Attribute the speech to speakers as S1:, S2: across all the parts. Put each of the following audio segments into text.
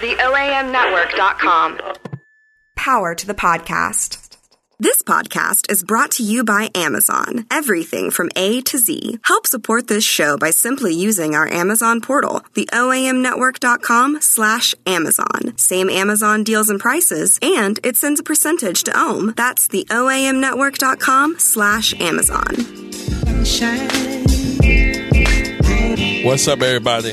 S1: The OAMnetwork.com.
S2: Power to the podcast. This podcast is brought to you by Amazon. Everything from A to Z. Help support this show by simply using our Amazon portal, the OAMnetwork.com slash Amazon. Same Amazon deals and prices, and it sends a percentage to Ohm. That's the OAMnetwork.com slash Amazon.
S3: What's up, everybody?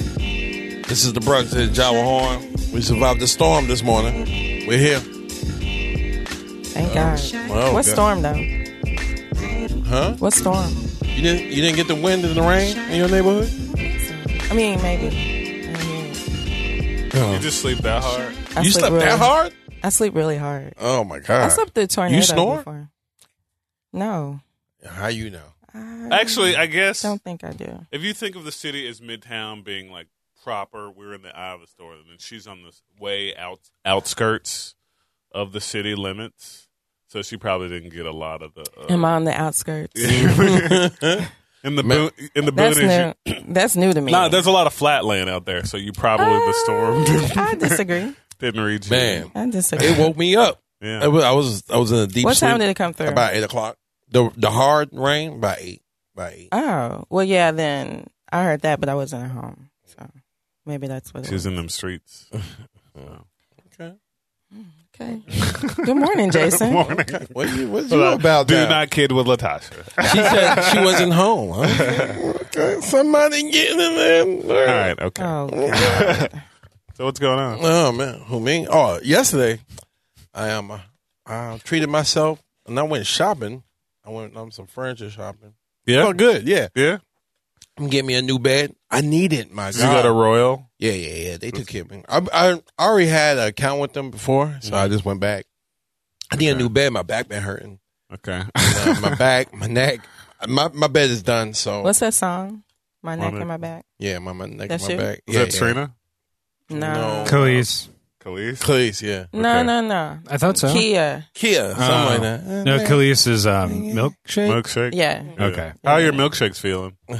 S3: This is the Brooks. This is Jawa Horn. We survived the storm this morning. We're here.
S4: Thank God.
S3: well, God.
S4: what storm though?
S3: Huh?
S4: What storm?
S3: You didn't you didn't get the wind and the rain in your neighborhood?
S4: I mean, maybe. I mean,
S5: You just sleep that hard.
S4: I
S3: you
S4: sleep
S3: slept
S4: really,
S3: that hard?
S4: I sleep really hard.
S3: Oh my god.
S4: I slept through tornado
S3: You snore?
S4: before. No,
S3: How you know?
S5: Actually, I guess
S4: don't think I do.
S5: if you think of the city as Midtown being like proper, we're in the eye of the storm, and she's on the way out outskirts of the city limits, so she probably didn't get a lot of the. Uh,
S4: Am I on the outskirts?
S5: in the boot, in the
S4: That's
S5: boonies?
S4: new.
S5: you-
S4: That's new to me.
S5: Nah, there's a lot of flat land out there, so you probably the
S4: Uh,
S5: storm
S4: I disagree.
S5: didn't reach you.
S3: Man,
S4: I disagree.
S3: it woke me up.
S5: Yeah.
S3: I was I was, I was in a deep
S4: what time
S3: sleep
S4: did it come through?
S3: About eight o'clock. The the hard rain by eight. By eight.
S4: oh, well, yeah. Then I heard that, but I wasn't at home, so maybe that's what. It
S5: She's
S4: was.
S5: in them streets.
S4: Oh.
S3: Okay.
S4: Okay. Good morning, Jason.
S5: Morning.
S3: What you what's you about
S5: Do
S3: that?
S5: not kid with Latasha.
S3: She said she wasn't home, huh? okay. Somebody getting in there.
S5: All right, okay.
S4: Oh, God.
S5: So what's going on?
S3: Oh man, who me? Oh, yesterday I um uh, I treated myself and I went shopping. I went on some furniture shopping.
S5: Yeah,
S3: Oh, good. Yeah,
S5: yeah.
S3: I'm getting me a new bed. I need it. My
S5: Did you go
S3: God.
S5: to Royal?
S3: yeah, yeah, yeah. They took care of me. I, I already had an account with them before, so I just went back. I need a new bed. My back been hurting.
S5: Okay.
S3: Uh, my back, my neck. My my bed is done. So
S4: What's that song? My neck
S5: Wanna-
S4: and my back.
S3: yeah, my my neck,
S4: That's
S3: my
S4: you?
S3: back.
S5: Is
S3: yeah,
S5: that
S3: yeah.
S5: Trina?
S4: No.
S3: No.
S6: Khalees.
S5: Khalees?
S3: Please, yeah. Uh,
S4: No,
S5: Okay.
S4: no, no.
S6: I thought so.
S4: Kia.
S3: Kia, something
S6: Oh.
S3: like that.
S6: No, Khalees is um, milkshake.
S5: Milkshake?
S4: Yeah.
S6: Okay.
S5: How are your milkshakes feeling? yeah,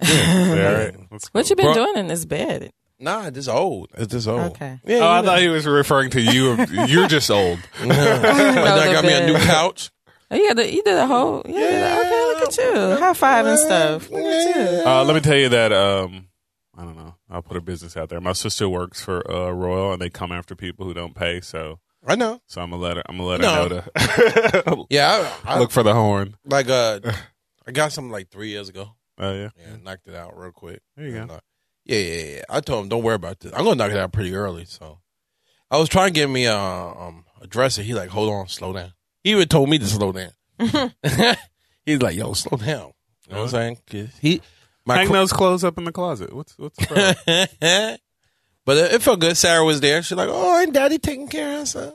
S5: all right. That's
S4: What you been
S3: Bro-
S4: doing in this bed?
S3: Nah, it's old. It's just old.
S4: Okay.
S3: Yeah,
S5: cool.
S3: you
S5: Oh, I
S3: know.
S5: thought he was referring to you. You're just old.
S3: And I
S4: the
S3: got me a new
S4: bed.
S3: couch.
S4: Oh, yeah, the, you did a whole. Yeah. Okay. Look at you. High five and stuff. Look at you.
S5: Uh, let me tell you that um, I don't know. I'll put a business out there. My sister works for uh, Royal, and they come after people who don't pay. So,
S3: I know.
S5: so I'm gonna let her. I'm gonna let
S3: No.
S5: her know to
S3: Yeah, I, I
S5: look for the horn.
S3: like uh, I got something like three years ago.
S5: Oh yeah.
S3: Yeah, knocked it out real quick.
S5: There you go.
S3: And, uh, yeah, yeah, yeah. I told him don't worry about this. I'm gonna knock it out pretty early. So I was trying to get me a um a dresser. He like, hold on, slow down. He even told me to slow down. He's like, yo, slow down. You know what I'm saying? 'Cause he my
S5: Hang
S3: cl-
S5: those clothes up in the closet. What's what's the problem?
S3: but it, it felt good. Sarah was there. She's like, "Oh, and Daddy taking care of herself."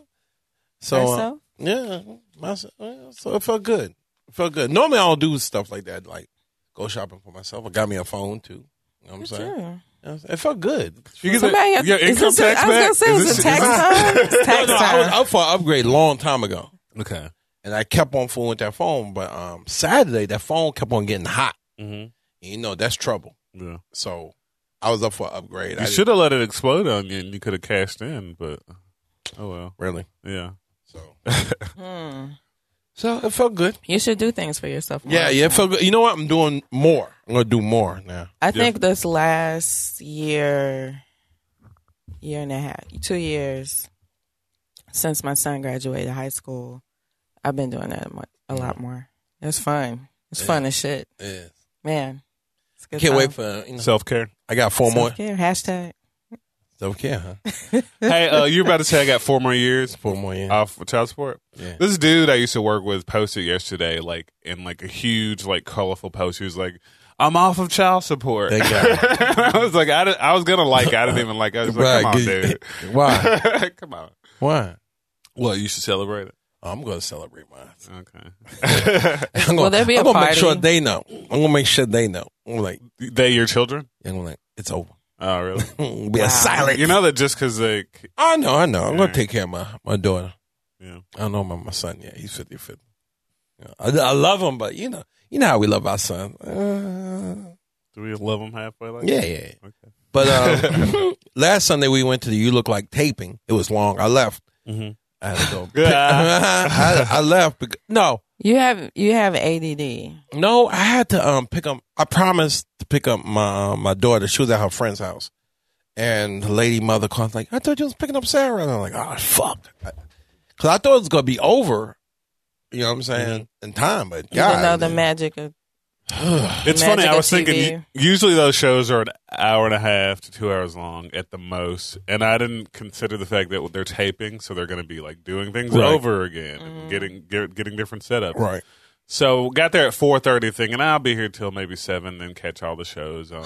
S3: So uh,
S4: Herself?
S3: yeah, myself, yeah, so it felt good. It felt good. Normally, I don't do stuff like that. Like go shopping for myself. I got me a phone too. You know what I'm
S4: Look at
S3: saying?
S4: you.
S3: You know what I'm saying? It felt good.
S5: You get the-
S4: Somebody have,
S5: your
S4: is
S5: income
S4: this
S5: tax
S4: a, I was
S5: back?
S4: going to
S5: Is
S4: say, is
S5: this-
S4: it tax time? It's
S3: No,
S4: tax
S3: no, I was
S4: time.
S3: up for an upgrade long time ago,
S5: Okay.
S3: and I kept on fooling with that phone. But um, Saturday, that phone kept on getting hot.
S5: Mm-hmm.
S3: And, you know, that's trouble.
S5: Yeah.
S3: So I was up for an upgrade. I
S5: You
S3: didn't-
S5: should have let it explode on you, and you could have cashed in. But oh well.
S3: really.
S5: Yeah.
S3: So
S4: Hmm.
S3: so it felt good.
S4: You should do things for yourself. more.
S3: Yeah, yeah, it felt good. You know what? I'm doing more. I'm gonna do more now.
S4: I think this last year, year and a half, two years since my son graduated high school, I've been doing that a mo- a lot more. It's fun. It's fun as shit,
S3: Yeah.
S4: man. It's a good
S3: Can't wait
S4: time.
S3: for you know,
S5: Self care.
S3: I got four more.
S4: Self-care, hashtag.
S3: Self care, huh?
S5: hey, uh, you're about to say I got four more years
S3: Four more. Yeah.
S5: off with child support.
S3: Yeah.
S5: This dude I used to work with posted yesterday, like in like a huge, like colorful post. He was like, "I'm off of child support."
S3: Thank God.
S5: I was like, I, di- I was gonna like, it. I didn't even like. It. I was like,
S3: Right,
S5: "Come on,
S3: get-
S5: dude,
S3: Why?
S5: come on."
S3: Why?
S5: Well, you should celebrate it.
S3: oh, I'm gonna celebrate mine.
S5: Okay,
S3: I'm gonna,
S4: there be a
S3: I'm gonna make
S4: party?
S3: sure they know. I'm gonna make sure they know. I'm like,
S5: they your children?
S3: I'm like, it's over.
S5: Oh, really?
S3: Be a silent.
S5: You know that just because they,
S3: I know, I know. I'm gonna
S5: Alright.
S3: take care of my my daughter.
S5: yeah,
S3: I don't know my my son. Yeah, he's 50, 50. Yeah. I, I love him, but you know, you know how we love our son. Uh,
S5: do we love them halfway? Like,
S3: yeah,
S5: that?
S3: yeah. yeah.
S5: Okay.
S3: But um, last Sunday we went to the You Look Like taping. It was long. I left.
S4: Mm-hmm.
S5: Mhm.
S3: I had to go. I, I left. Because, no,
S4: You have you have ADD.
S3: no, I had to um pick up. I promised to pick up my uh, my daughter. She was at her friend's house, and the lady mother called like, "I thought you was picking up Sarah." And I'm like, "Oh fuck," because I thought it was gonna be over. You know what I'm saying? In time, but
S4: Mm-hmm. You
S3: God,
S4: don't know the magic of
S5: It's
S4: Magic
S5: funny. I
S4: of
S5: was thinking.
S4: TV.
S5: u- Usually those shows are an hour and a half to two hours long at the most, and I didn't consider the fact that they're taping, so they're going to be like doing things
S3: Right.
S5: over again,
S4: Mm-hmm.
S5: and getting get, getting different setups.
S3: right.
S5: So got there at four thirty, thinking I'll be here till maybe seven, then catch all the shows on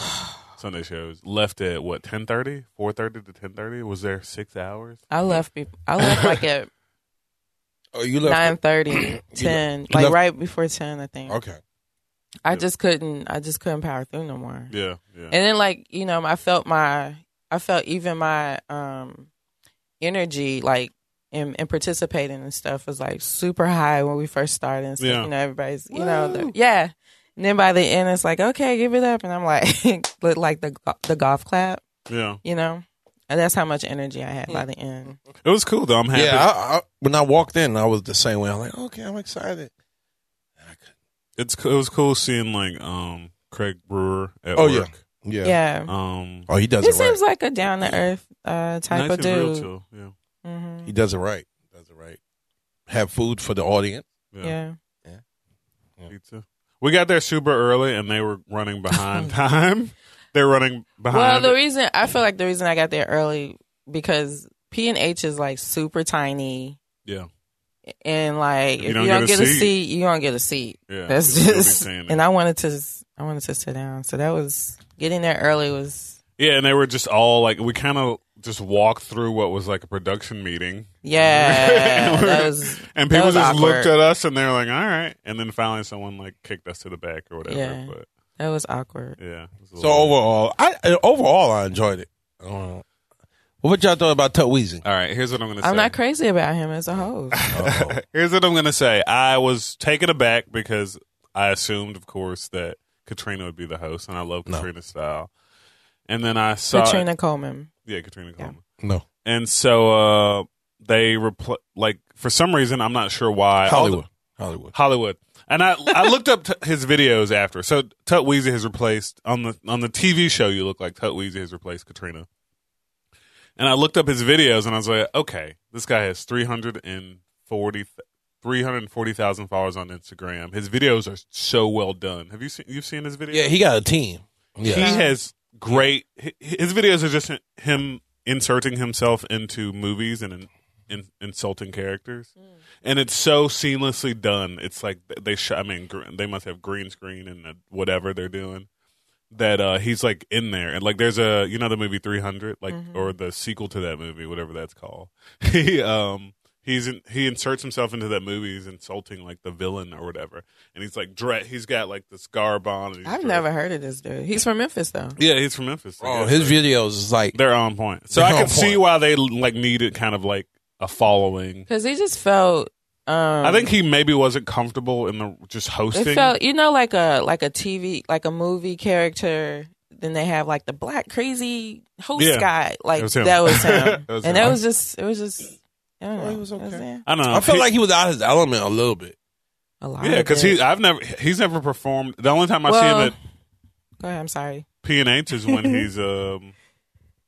S5: Sunday shows. Left at what 10.30? 4.30 to ten thirty. Was there six hours?
S4: I left be- I left like at
S3: Oh, you left.
S4: nine thirty, ten, like
S3: left-
S4: right before ten, I think.
S3: Okay.
S4: I just couldn't I just couldn't power through no more.
S5: Yeah, yeah.
S4: And then like, you know, I felt my I felt even my um energy like in, in participating and stuff was like super high when we first started and stuff.
S5: Yeah.
S4: You know, everybody's you know the, yeah. And then by the end it's like, okay, give it up and I'm like look like the go- the golf clap,
S5: yeah,
S4: you know? And that's how much energy I had by the end.
S5: it was cool though. I'm happy.
S3: Yeah, I, I, when I walked in, I was the same way. I'm like, okay, I'm excited.
S5: it's co- it was cool seeing like um Craig Brewer at
S3: Oh,
S5: work.
S3: Yeah.
S4: Yeah.
S5: Um,
S3: Oh, he does
S4: He
S3: it right.
S4: seems like a down to earth uh, type
S5: nice and
S4: of
S5: real
S4: dude.
S5: chill, Yeah.
S4: hmm
S3: he does it right. Does it right. Have food for the audience.
S4: yeah.
S5: Pizza. We got there super early, and they were running behind time. They're running
S4: Well,
S5: behind.
S4: the reason I feel like the reason I got there early because P and H is like super tiny,
S5: yeah,
S4: and
S5: If
S4: like if
S5: you
S4: you
S5: don't
S4: don't,
S5: get a
S4: get, a
S5: seat-
S4: seat, you don't get a seat.
S5: yeah.
S4: That's
S5: You'll be
S4: just.
S5: seeing it.
S4: And I wanted to, I wanted to sit down. So that was getting there early was
S5: yeah, and they were just all like, we kind of just walked through what was like a production meeting,
S4: yeah. that was
S5: and
S4: That
S5: people
S4: was
S5: just looked
S4: awkward.
S5: at us, and they're like, "All right," and then finally someone like kicked us to the back or whatever.
S4: Yeah.
S5: But
S4: that was awkward.
S5: yeah, it was a
S3: So
S5: little-
S3: overall, I uh, overall I enjoyed it. I don't know. What y'all thought about Tut Weezy?
S5: all right, here's what I'm gonna say.
S4: I'm not crazy about him as a host.
S5: Here's what I'm gonna say. I was taken aback because I assumed, of course, that Katrina would be the host, and I love Katrina's style. And then I saw
S4: Katrina Coleman.
S5: yeah, Katrina Coleman.
S3: No,
S5: And so uh, they repl- like for some reason I'm not sure why all the-
S3: Hollywood, Hollywood.
S5: Hollywood. And I I looked up t- his videos after. So Tut Weezy has replaced on the on the TV show. You look like Tut Weezy has replaced Katrina. And I looked up his videos and I was like, okay, this guy has 340 340,000 followers on Instagram. His videos are so well done. Have you seen you've seen his videos?
S3: Yeah, he got a team.
S5: he
S3: Yeah,
S5: has great. hi- His videos are just him inserting himself into movies and in, in, insulting characters,
S4: Mm.
S5: and it's so seamlessly done. It's like th- they shot. I mean, gr- they must have green screen and uh, whatever they're doing. That uh, he's like in there, and like there's a you know the movie 300, like
S4: Mm-hmm.
S5: or the sequel to that movie, whatever that's called. he um he's in, he inserts himself into that movie. He's insulting like the villain or whatever, and he's like dre- He's got like the scarf on. And he's
S4: I've
S5: dressed-
S4: never heard of this dude. He's from Memphis though.
S5: yeah, he's from Memphis. I
S3: oh,
S5: guess.
S3: his videos is like
S5: they're on point. So
S3: They're
S5: I
S3: on
S5: can see
S3: point.
S5: why they like needed kind of like a following.
S4: Because he just felt. Um,
S5: I think he maybe wasn't comfortable in the just hosting.
S4: It felt, you know, like a like a TV, like a movie character. Then they have like the black crazy host
S5: Yeah.
S4: guy. Like
S5: It was him.
S4: that was him,
S5: It was
S4: and
S5: him.
S4: that was just, it was just. I don't know.
S3: he was
S4: It
S3: okay.
S4: him.
S5: I don't know.
S3: I feel
S5: He-
S3: like um, he was out of his element a little bit.
S4: A lot.
S5: yeah, because
S4: because
S5: he I've never he's never performed. The only time I
S4: Well-
S5: see him at
S4: Go ahead. I'm sorry.
S5: P and H is when he's um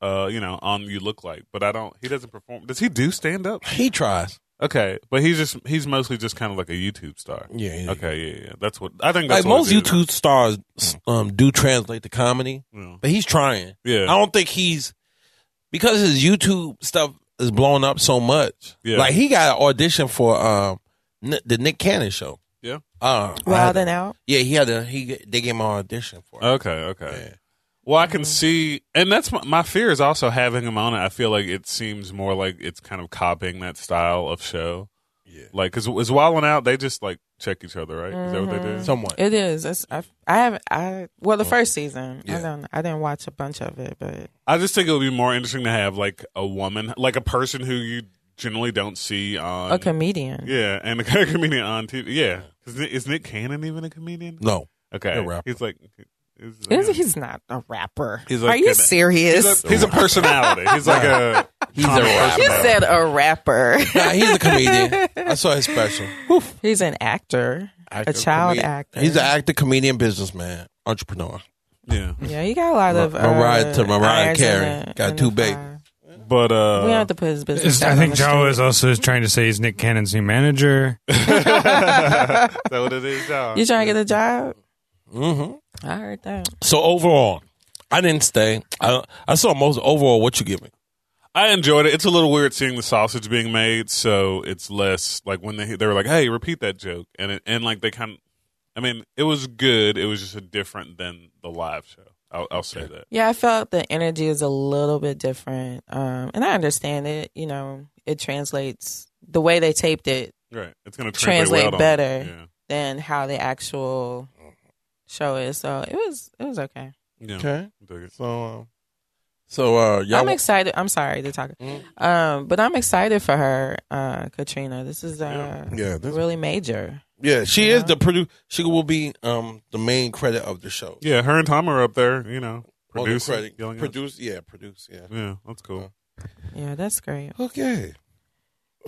S5: uh you know on You Look Like, but I don't. He doesn't perform. Does he do stand up?
S3: He tries.
S5: Okay, but he's just he's mostly just kind of like a YouTube star.
S3: Yeah, yeah.
S5: Okay. Yeah. Yeah. That's what I think.
S3: Like
S5: That's
S3: most
S5: what it is.
S3: YouTube stars um, do translate to comedy,
S5: Yeah.
S3: but he's trying.
S5: Yeah.
S3: I don't think he's because his YouTube stuff is blowing up so much.
S5: Yeah.
S3: Like he got an audition for um N- the Nick Cannon show.
S5: Yeah.
S3: Uh, I had
S4: Wild
S3: to-
S4: and out.
S3: Yeah, he had a he. They gave him an audition for. It.
S5: Okay. Okay.
S3: Yeah.
S5: Well, I can
S4: Mm-hmm.
S5: see, and that's my, my fear is also having him on it. I feel like it seems more like it's kind of copying that style of show.
S3: Yeah.
S5: Like, cause is Wild 'N Out, they just like check each other, right? Is that what they do?
S4: Mm-hmm.
S3: Somewhat.
S4: It is. It's, I, I have. I well,
S5: Oh.
S4: the first season.
S3: Yeah.
S4: I don't. I didn't watch a bunch of it, but
S5: I just think it would be more interesting to have like a woman, like a person who you generally don't see on.
S4: a comedian.
S5: Yeah, and a comedian on TV. Yeah, 'Cause is Nick Cannon even a comedian?
S3: No.
S5: Okay,
S3: A rapper.
S5: he's like He's,
S4: Is- He's not a rapper.
S5: He's
S4: Are
S5: like
S4: you
S5: an-
S4: serious?
S5: he's a, he's a personality. He's like a
S3: He's a rapper.
S4: you said a rapper.
S3: Nah, he's a comedian. I saw his special.
S4: he's an actor,
S3: Actor,
S4: a child
S3: comedian.
S4: actor.
S3: He's an actor, comedian, businessman, entrepreneur.
S5: yeah.
S4: Yeah, he got a lot of uh,
S3: Mariah- to Mariah
S4: irons in
S3: Carey.
S4: the-
S3: Got
S4: in
S3: two
S4: the
S3: big-
S4: fire.
S5: But uh,
S4: we don't have to put his business.
S6: Is- I
S4: out
S6: think
S4: on the
S6: Joe
S4: street.
S6: is also trying to say he's Nick Cannon's new manager.
S5: That's what it is, y'all.
S4: You trying to get a job?
S3: Mm-hmm.
S4: I heard that.
S3: So overall, I didn't stay. I I saw most overall. What you give me?
S5: I enjoyed it. It's a little weird seeing the sausage being made, so it's less like when they they were like, "Hey, repeat that joke," and it, and like they kind of, I mean, it was good. It was just a different than the live show. I'll, I'll say that.
S4: Yeah, I felt the energy is a little bit different, um, and I understand it. You know, it translates the way they taped it
S5: Right, it's going to
S4: Translate
S5: translate, well
S4: better.
S5: On,
S4: than how the actual show is. So it was it was okay.
S5: yeah, yeah.
S3: Okay.
S5: Dig it.
S3: So um, so uh, y'all.
S4: I'm excited. I'm sorry to talk,
S3: Mm.
S4: um, but I'm excited for her, uh, Katrina. This is uh,
S3: yeah, this-
S4: really major.
S3: yeah. She is
S4: Yeah.
S5: Uh-huh.
S3: the produ She will be um the main credit of the show.
S5: Yeah, her and Tom are up there. You know,
S3: Well, the
S5: producing,
S3: credit-
S5: yelling at us.
S3: produce. Yeah, produce. Yeah.
S5: Yeah, that's cool.
S4: Yeah, that's great.
S3: Okay.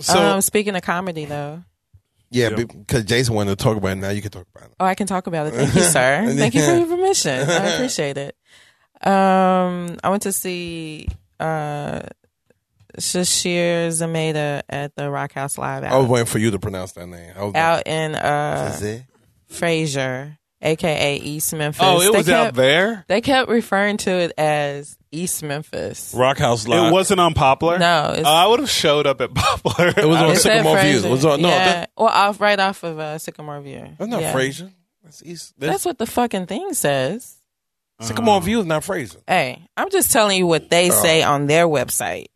S3: So
S4: um, speaking of comedy, though,
S3: yeah,
S5: yeah.
S3: because Jason wanted to talk about it. Now you can talk about it.
S4: oh, I can talk about it. Thank you, sir. Thank you for your permission. I appreciate it. Um, I went to see uh, Shashir Zameda at the Rock House Live
S3: I was
S4: out,
S3: waiting for you to pronounce that name. I was
S4: out in
S3: like,
S4: uh,
S3: "Is it?"
S4: Frazier, aka East Memphis.
S5: Oh, it
S4: They
S5: was
S4: kept-
S5: out there.
S4: They kept referring to it as East Memphis.
S3: Rock House Live.
S5: It wasn't on Poplar.
S4: No, it's,
S5: Oh, I would have showed up at Poplar.
S3: It was on
S4: it said
S3: Sycamore Views.
S4: Fraser.
S3: It was on- no,
S4: yeah.
S3: that-
S4: well, off right off of uh, Sycamore View.
S3: That's not
S4: yeah.
S3: Fraser. That's East. That's,
S4: That's what the fucking thing says.
S5: Uh-huh.
S3: Sycamore View is not Fraser.
S4: Hey, I'm just telling you what they say on their website.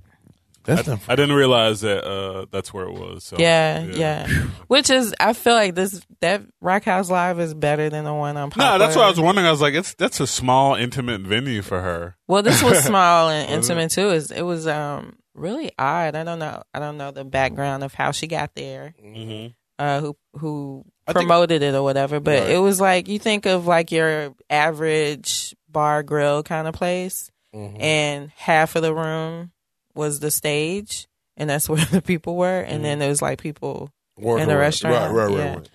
S3: That's not.
S5: I didn't realize that uh, that's where it was. So,
S4: Yeah, yeah. Which is, I feel like this that Rock House Live is better than the one on. Poplar.
S5: No, that's what I was wondering. I was like, it's that's a small, intimate venue for her.
S4: Well, this was small and intimate too. Is it was um really odd. I don't know. I don't know the background of how she got there.
S5: Mm-hmm.
S4: uh, who who
S3: I think-
S4: promoted it or whatever. But
S3: Right.
S4: it was like you think of like your average bar grill kind of place, and half of the room was the stage, and that's where the people were, and then there was like people.
S3: Working
S4: in the
S3: with-
S4: restaurant,
S3: Right, right, right.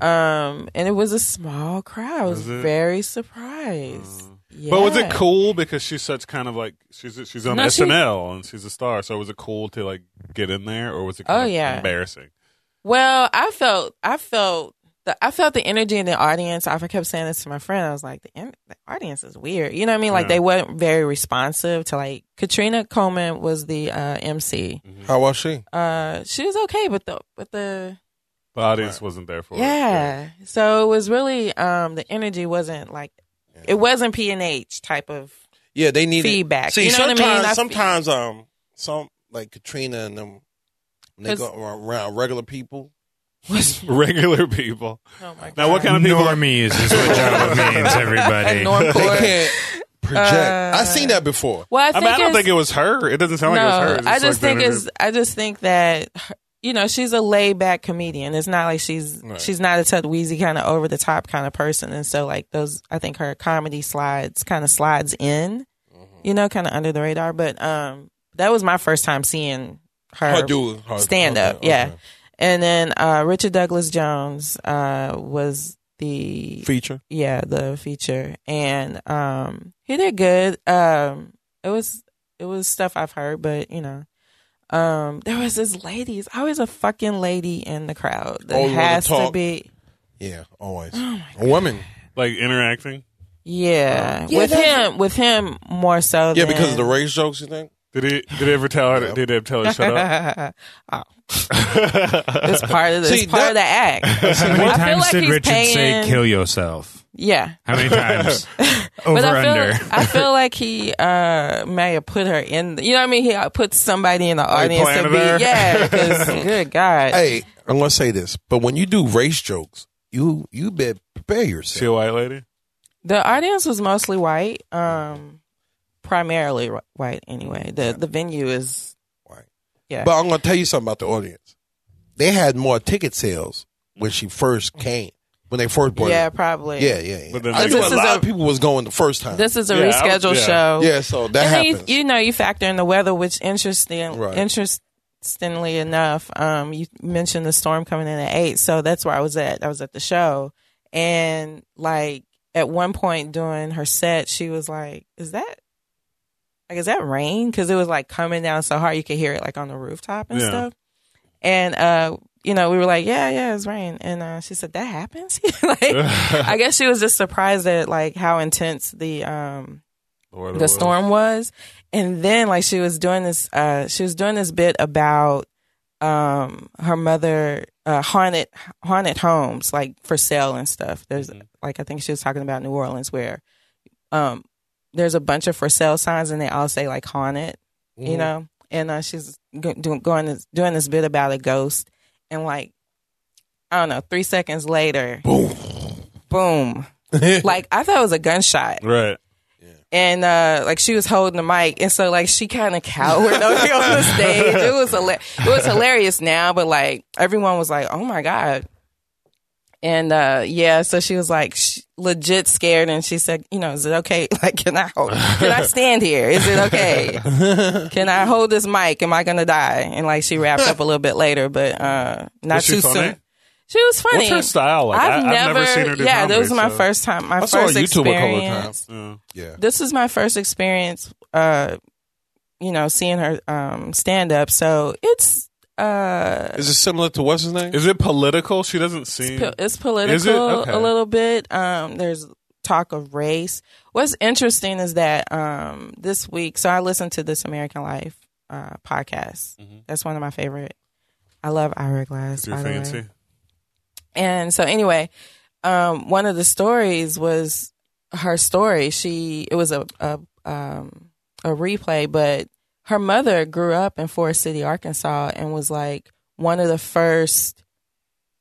S4: yeah.
S3: right.
S4: Um, and it was a small crowd. I was
S5: Was it?
S4: very surprised. yeah.
S5: But was it cool because she's such kind of like she's she's on
S4: No, she-
S5: SNL and she's a star. So was it cool to like get in there, or was it kind
S4: Oh,
S5: of
S4: yeah.
S5: embarrassing?
S4: Well, I felt I felt the I felt the energy in the audience. I kept saying this to my friend. I was like, the, en- the audience is weird. You know what I mean? Like
S5: Yeah.
S4: they weren't very responsive to like Katrina Coleman was the uh, MC.
S5: Mm-hmm.
S3: How was she?
S4: Uh, she was okay, but the but the
S5: The audience wasn't there for it.
S4: yeah. So it was really um the energy wasn't like it wasn't P and H type of
S3: Yeah, they needed
S4: Feedback.
S3: See,
S4: You know what I mean?
S3: sometimes,
S4: I-
S3: sometimes, um, some like Katrina and them, when they
S4: 'Cause-
S3: go around, around regular people.
S5: regular people.
S4: oh my god.
S5: Now, what kind of people?
S6: Normies is what Joe means, everybody.
S4: Norm
S3: They
S4: Ford.
S3: can't project.
S4: Uh,
S3: I've seen that before.
S4: Well, I,
S5: I
S4: think
S5: mean, I don't
S4: it's-
S5: think it was her. It doesn't sound like it was her. It's
S4: I just
S5: like
S4: think
S5: the-
S4: is I just think that you know she's a laid back comedian. It's not like she's
S3: Right.
S4: she's not a Ted Weezy kind of over the top kind of person, and so like those I think her comedy slides kind of slides in,
S3: Mm-hmm.
S4: you know, kind of under the radar. But um, that was my first time seeing her,
S3: Her dude, her-
S4: stand up,
S3: okay,
S4: yeah.
S3: okay.
S4: And then uh, Richard Douglas Jones uh, was the
S3: feature.
S4: yeah the feature and um he did good um it was it was stuff i've heard but you know um there was this lady it's always a fucking lady in the crowd that
S3: Oh, you wanna
S4: has to
S3: talk?
S4: be
S3: Yeah, always.
S4: Oh
S3: a woman.
S5: like interacting.
S4: yeah, with him with him more so
S3: Yeah,
S4: than,
S3: because of the race jokes. You think?
S5: Did he? Did he ever tell her? Did he ever tell her shut up?
S4: oh. it's part of the,
S3: See,
S4: it's part of the act
S6: How many
S4: I feel
S6: times
S4: like
S6: did
S4: he's
S6: Richard
S4: paying-
S6: say "kill yourself"?
S4: yeah
S6: How many times? Over
S4: I feel,
S6: under.
S4: I feel like he uh, may have put her in. You know what I mean? He uh, put somebody in the audience to
S5: planted
S4: be.
S5: her?
S4: Yeah, 'cause, good God.
S3: Hey, I'm gonna say this, but when you do race jokes, you you better prepare
S5: She
S3: yourself.
S5: a white lady?
S4: The audience was mostly white, um, primarily wh- white anyway. The the venue is Yeah.
S3: But I'm gonna tell you something about the audience. They had more ticket sales when she first came when they first bought
S4: yeah,
S3: it.
S4: probably.
S3: Yeah, yeah, yeah.
S5: But then
S3: I
S5: they-
S3: think
S4: This
S3: a
S4: is
S3: lot
S4: a-
S3: of people was going the first time.
S4: This is a
S5: Yeah, I would-
S4: rescheduled
S5: yeah.
S4: show.
S3: yeah, so that
S4: and
S3: happens.
S4: then you, you know you factor in the weather, which interesting,
S3: Right.
S4: interestingly enough, um, you mentioned the storm coming in at eight, so that's where I was at. I was at the show, and like at one point during her set, she was like, "Is that like is that rain?" Because it was like coming down so hard you could hear it like on the rooftop and
S5: Yeah.
S4: stuff. And uh, you know, we were like, "Yeah, yeah, it's rain," and uh, she said, "That happens." like, I guess she was just surprised at like how intense the um
S5: Lord, it
S4: the
S5: was.
S4: storm was and then like she was doing this uh she was doing this bit about um her mother uh haunted haunted homes like for sale and stuff there's like i think she was talking about new orleans where um there's a bunch of for sale signs and they all say like haunted you know and uh she's go- doing going this, doing this bit about a ghost and like i don't know three seconds later boom boom like i thought it was a gunshot
S5: Right.
S4: and uh, like she was holding the mic, and so like she kind of cowered over on the stage. It was hila- it was hilarious now, but like everyone was like, "Oh my god!" And uh, yeah, so she was like sh- legit scared, and she said, "You know, is it okay? Like, can I hold? Can I stand here? Is it okay? Can I hold this mic? Am I gonna die?" And like she wrapped up a little bit later, but uh, not
S5: Was she
S4: too
S5: funny?
S4: soon. She was funny.
S5: What's her style like?
S4: I've,
S5: I-
S4: never,
S5: I've never seen her do
S4: yeah,
S5: comedy,
S4: this was my
S5: so-
S4: first time. My
S3: I
S4: first
S3: saw her YouTube a couple of
S4: experience
S3: times.
S5: Yeah.
S3: yeah.
S4: this is my first experience uh you know seeing her um stand up so it's uh
S3: Is it similar to what's his name?
S5: Is it political? She doesn't seem.
S4: po- it's political
S5: Mm. Okay.
S4: a little bit um there's talk of race what's interesting is that um this week so i listened to this american life uh podcast that's one of my favorite i love ira glass
S5: Mm-hmm. You're
S4: by the way.
S5: fancy.
S4: And so anyway, um, one of the stories was her story. She it was a a, um, a replay, but her mother grew up in Forest City, Arkansas, and was like one of the first.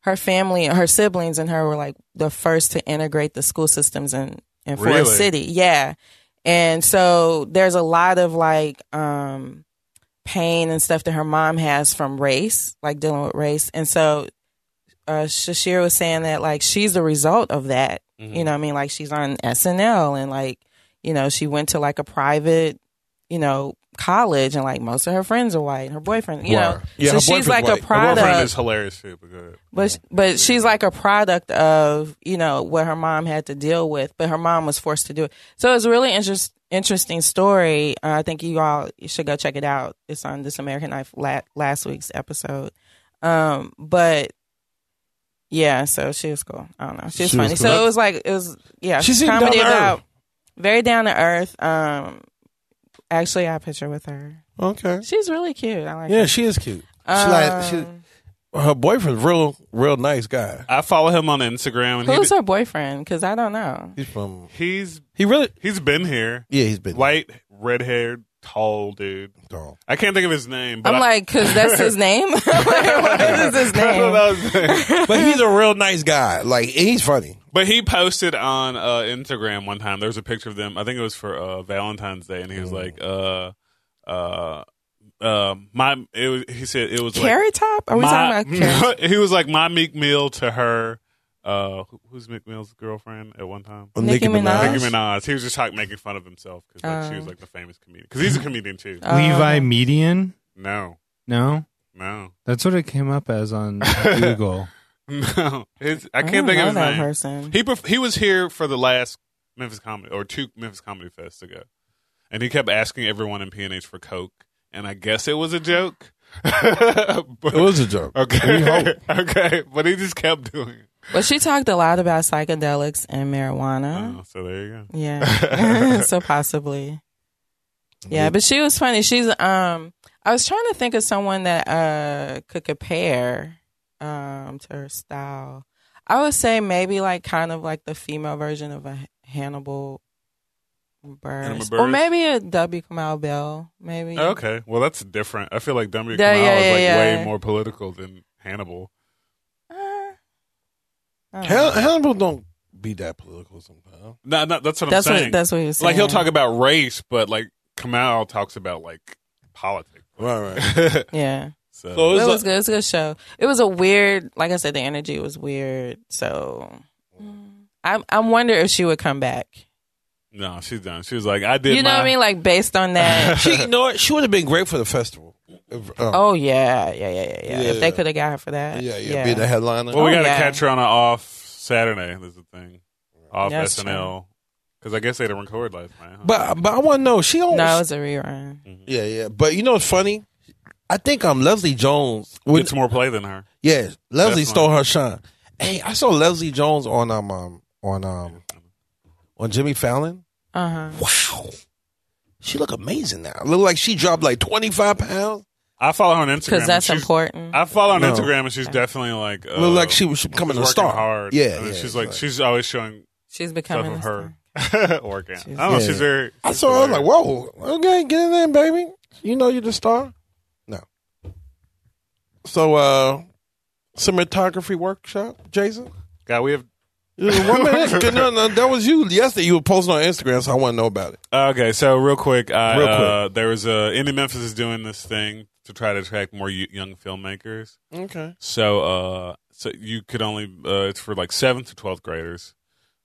S4: Her family, her siblings, and her were like the first to integrate the school systems in in Forest
S5: Really?
S4: City. Yeah, and so there's a lot of like. um pain and stuff that her mom has from race, like dealing with race. And so uh, Shashir was saying that like she's the result of that.
S3: Mm-hmm.
S4: You know, what I mean, like she's on SNL and like you know she went to like a private, you know, college and like most of her friends are white. and Her boyfriend, you know,
S3: Right. Yeah,
S4: so
S3: her
S4: she's
S3: boyfriend's
S4: like
S3: white.
S4: a
S3: Her
S5: Her boyfriend
S4: product.
S5: is hilarious too, but go ahead.
S4: But sh- but she's like a product of you know what her mom had to deal with, but her mom was forced to do it. So it's a really interest, interesting story. Uh, I think you all should go check it out. It's on This American Life la- last week's episode. Um, but yeah, so she was cool. I don't know, she was
S6: She
S4: funny.
S6: was cool.
S4: so it was like it was yeah,
S3: She seemed
S4: comedy
S3: down to earth.
S4: about very down to earth. Um, actually, I have a picture with her.
S3: Okay.
S4: She's really cute. I like.
S3: Yeah,
S4: her.
S3: she is cute. she like she,
S4: Um,
S3: her boyfriend's real, real nice guy.
S5: I follow him on Instagram, and he
S4: Who's
S5: d-
S4: her boyfriend? Because I don't know.
S3: He's from.
S5: he's
S3: He really.
S5: he's been here.
S3: Yeah, he's been
S5: White, red haired, tall dude.
S3: gone.
S5: I can't think of his name. But
S4: I'm
S5: I-
S4: like, because that's his name. Like, what is
S5: I
S4: his
S5: don't
S4: name?
S5: know his name.
S3: But he's a real nice guy. Like and he's funny.
S5: But he posted on uh, Instagram one time. There was a picture of them. I think it was for uh, Valentine's Day, and he was like, uh, uh, uh, my. It was, he said it was
S4: Carrot Top? Are we
S5: Like, my,
S4: talking about Carrot
S5: he was like my Meek Mill to her. Uh, who- who's Meek Mill's girlfriend at one time?
S4: Nicki Minaj?
S5: Nicki Minaj. He was just like making fun of himself because like,
S4: Oh.
S5: she was like the famous comedian. Because he's a comedian too.
S6: Levi Median?
S5: no,
S6: No,
S5: no,
S6: that's what it came up as on Google.
S5: no. His, I
S4: Oh, I
S5: can't
S4: don't
S5: think
S4: know
S5: of his
S4: that
S5: name.
S4: person.
S5: He perf- he was here for the last Memphis comedy or two Memphis comedy fests ago, and he kept asking everyone in PNH for Coke, and I guess it was a joke. but,
S3: It was a joke. We
S5: okay,
S3: hope.
S5: okay, but he just kept doing it.
S4: Well, she talked a lot about psychedelics and marijuana.
S5: Oh, so there you go.
S4: Yeah. so possibly. Yeah, but she was funny. She's um I was trying to think of someone that uh could compare um to her style. I would say maybe like kind of like the female version of a Hannibal Burris. Or
S5: Buress.
S4: maybe a W. Kamau Bell. Maybe.
S5: Okay, well that's different. I feel like Dumby
S4: Yeah,
S5: Kamau
S4: yeah,
S5: is
S4: yeah,
S5: like
S4: yeah.
S5: way more political than Hannibal.
S4: Uh, I don't know.
S3: Hannibal don't be that political sometimes.
S5: No, no, that's what
S4: that's
S5: I'm
S4: what
S5: saying.
S4: that's what he was saying.
S5: like he'll talk about race, but like Kamau talks about like politics.
S3: Right, right.
S5: so,
S4: Yeah.
S3: So
S4: It
S3: it's
S4: was
S3: like,
S4: good. It was a good show. It was a weird like I said, the energy was weird, so I I wonder if she would come back.
S5: No, she's done. She was like, I did.
S4: You know
S5: my-
S4: what I mean? Like based on that.
S3: She, you know what? She would have been great for the festival. If, um,
S4: oh yeah, yeah, yeah, yeah, yeah. If
S3: Yeah.
S4: they could have got her for that,
S3: yeah, yeah, Be the headliner.
S5: Well, we
S4: Oh,
S5: got to
S4: yeah.
S5: catch her on an off Saturday. There's a thing off
S4: That's
S5: SNL because I guess they didn't record last night. Huh?
S3: but but I want to know. She always.
S4: No, it was a rerun.
S3: yeah, yeah. But you know what's funny? I think um Leslie Jones.
S5: gets more play than her.
S3: Yeah, Leslie
S5: That's
S3: stole her shine. Hey, I saw Leslie Jones on um, um on um on Jimmy Fallon.
S4: Uh huh.
S3: Wow, she look amazing now. Look like she dropped like twenty five pounds.
S5: I follow her on Instagram
S4: Because
S5: and
S4: that's
S5: she's-
S4: important.
S5: I follow her on
S3: No.
S5: Instagram and she's definitely like uh,
S3: Look like she was becoming
S5: she's
S3: a
S5: working
S3: star.
S5: Hard.
S3: Yeah,
S5: And
S3: yeah,
S5: she's like
S3: like-
S5: she's always showing
S4: She's
S5: stuff
S4: becoming
S5: of
S4: a
S5: her
S4: her.
S5: working. out. I
S4: She's-
S5: don't know.
S3: Yeah.
S5: She's very.
S3: I
S5: she's
S3: saw her. I was like,
S5: hilarious.
S3: whoa, okay, get in there, baby. You know you're the star. No. So, uh cinematography workshop, Jason.
S5: God, we have.
S3: One minute. No, no, that was you yesterday. You were posting on Instagram, so I want to know about it.
S5: uh, Okay, so real quick, I,
S3: Real quick.
S5: Uh, there was a Indie Memphis is doing this thing to try to attract more y- young filmmakers.
S3: Okay.
S5: So, uh, so you could only uh, it's for like seventh to twelfth graders.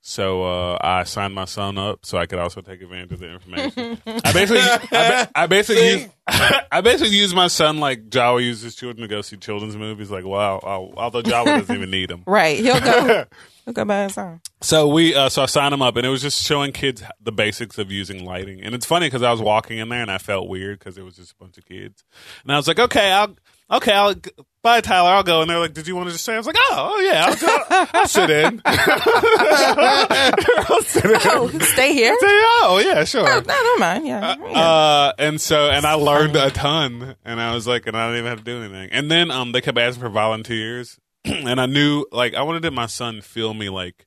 S5: So uh, I signed my son up so I could also take advantage of the information. I basically, I, ba- I basically,
S3: See?
S5: use, I basically use my son like Jawa uses children to go see children's movies. Like, wow, wow although Jawa doesn't even need them.
S4: Right. He'll go. he'll go by his own.
S5: So we, uh, so I signed him up, and it was just showing kids the basics of using lighting. And it's funny because I was walking in there and I felt weird because it was just a bunch of kids, and I was like, okay, I'll, okay, I'll, bye, Tyler, I'll go. And they're like, did you want to just stay? I was like, oh, oh yeah, I'll go, I'll sit in. I'll sit in.
S4: Oh, stay here.
S5: Say, oh yeah, sure.
S4: No, don't mind. Yeah.
S5: Uh, and so, and I learned a ton, and I was like, and I didn't even have to do anything. And then, um, they kept asking for volunteers, and I knew, like, I wanted my son feel me, like,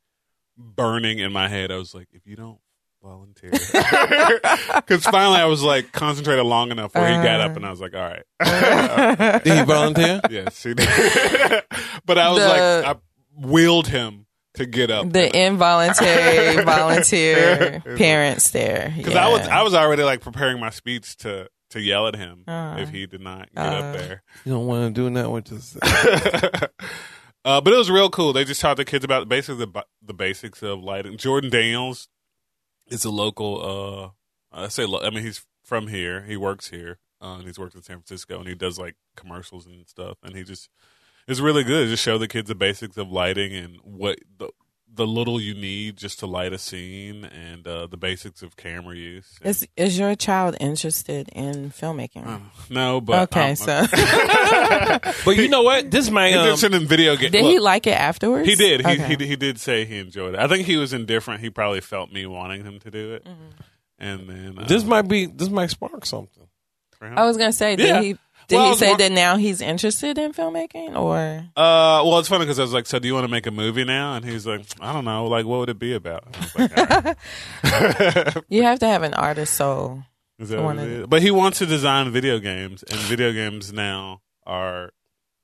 S5: burning in my head. I was like, if you don't volunteer, because finally I was like concentrated long enough where he got up, and I was like, all right,
S4: Uh.
S5: uh,
S3: Did he volunteer?
S5: yes, she did. but I was
S4: The-
S5: like, I willed him to get up.
S4: the involuntary volunteer parents there.
S5: Because I was I was already like preparing my speech to to yell at him if he did not get up
S4: Uh.
S5: there.
S3: You don't want to do nothing with this.
S5: uh, but it was real cool. They just taught the kids about basically the, bu- the basics of lighting. Jordan Daniels is a local. Uh, I say, lo- I mean, he's from here. He works here, uh, and he's worked in San Francisco, and he does like commercials and stuff. And he just is really good. Just show the kids the basics of lighting and what the the little you need just to light a scene, and uh, the basics of camera use. And-
S4: Is is your child interested in filmmaking?
S5: Uh, no, but
S4: okay,
S5: um,
S4: so
S3: But you know what? This um,
S5: He
S3: man.
S5: did send in video games.
S4: did he like it afterwards?
S5: He did. He,
S4: Okay.
S5: he he did say he enjoyed it. I think he was indifferent. He probably felt me wanting him to do it,
S4: Mm-hmm.
S5: and then uh,
S3: this might be. This might spark something.
S5: for him.
S4: I was gonna say, did
S5: Yeah.
S4: he? Did
S5: Well, I
S4: he
S5: was
S4: say
S5: wa-
S4: that now he's interested in filmmaking, or
S5: Uh, well, it's funny because I was like, "So, do you want to make a movie now?" And he's like, "I don't know. Like, what would it be about?" I was like, "All right."
S4: you have to have an artist soul?
S5: Is that
S4: I
S5: what it
S4: wanted-
S5: is? But he wants to design video games, and video games now are,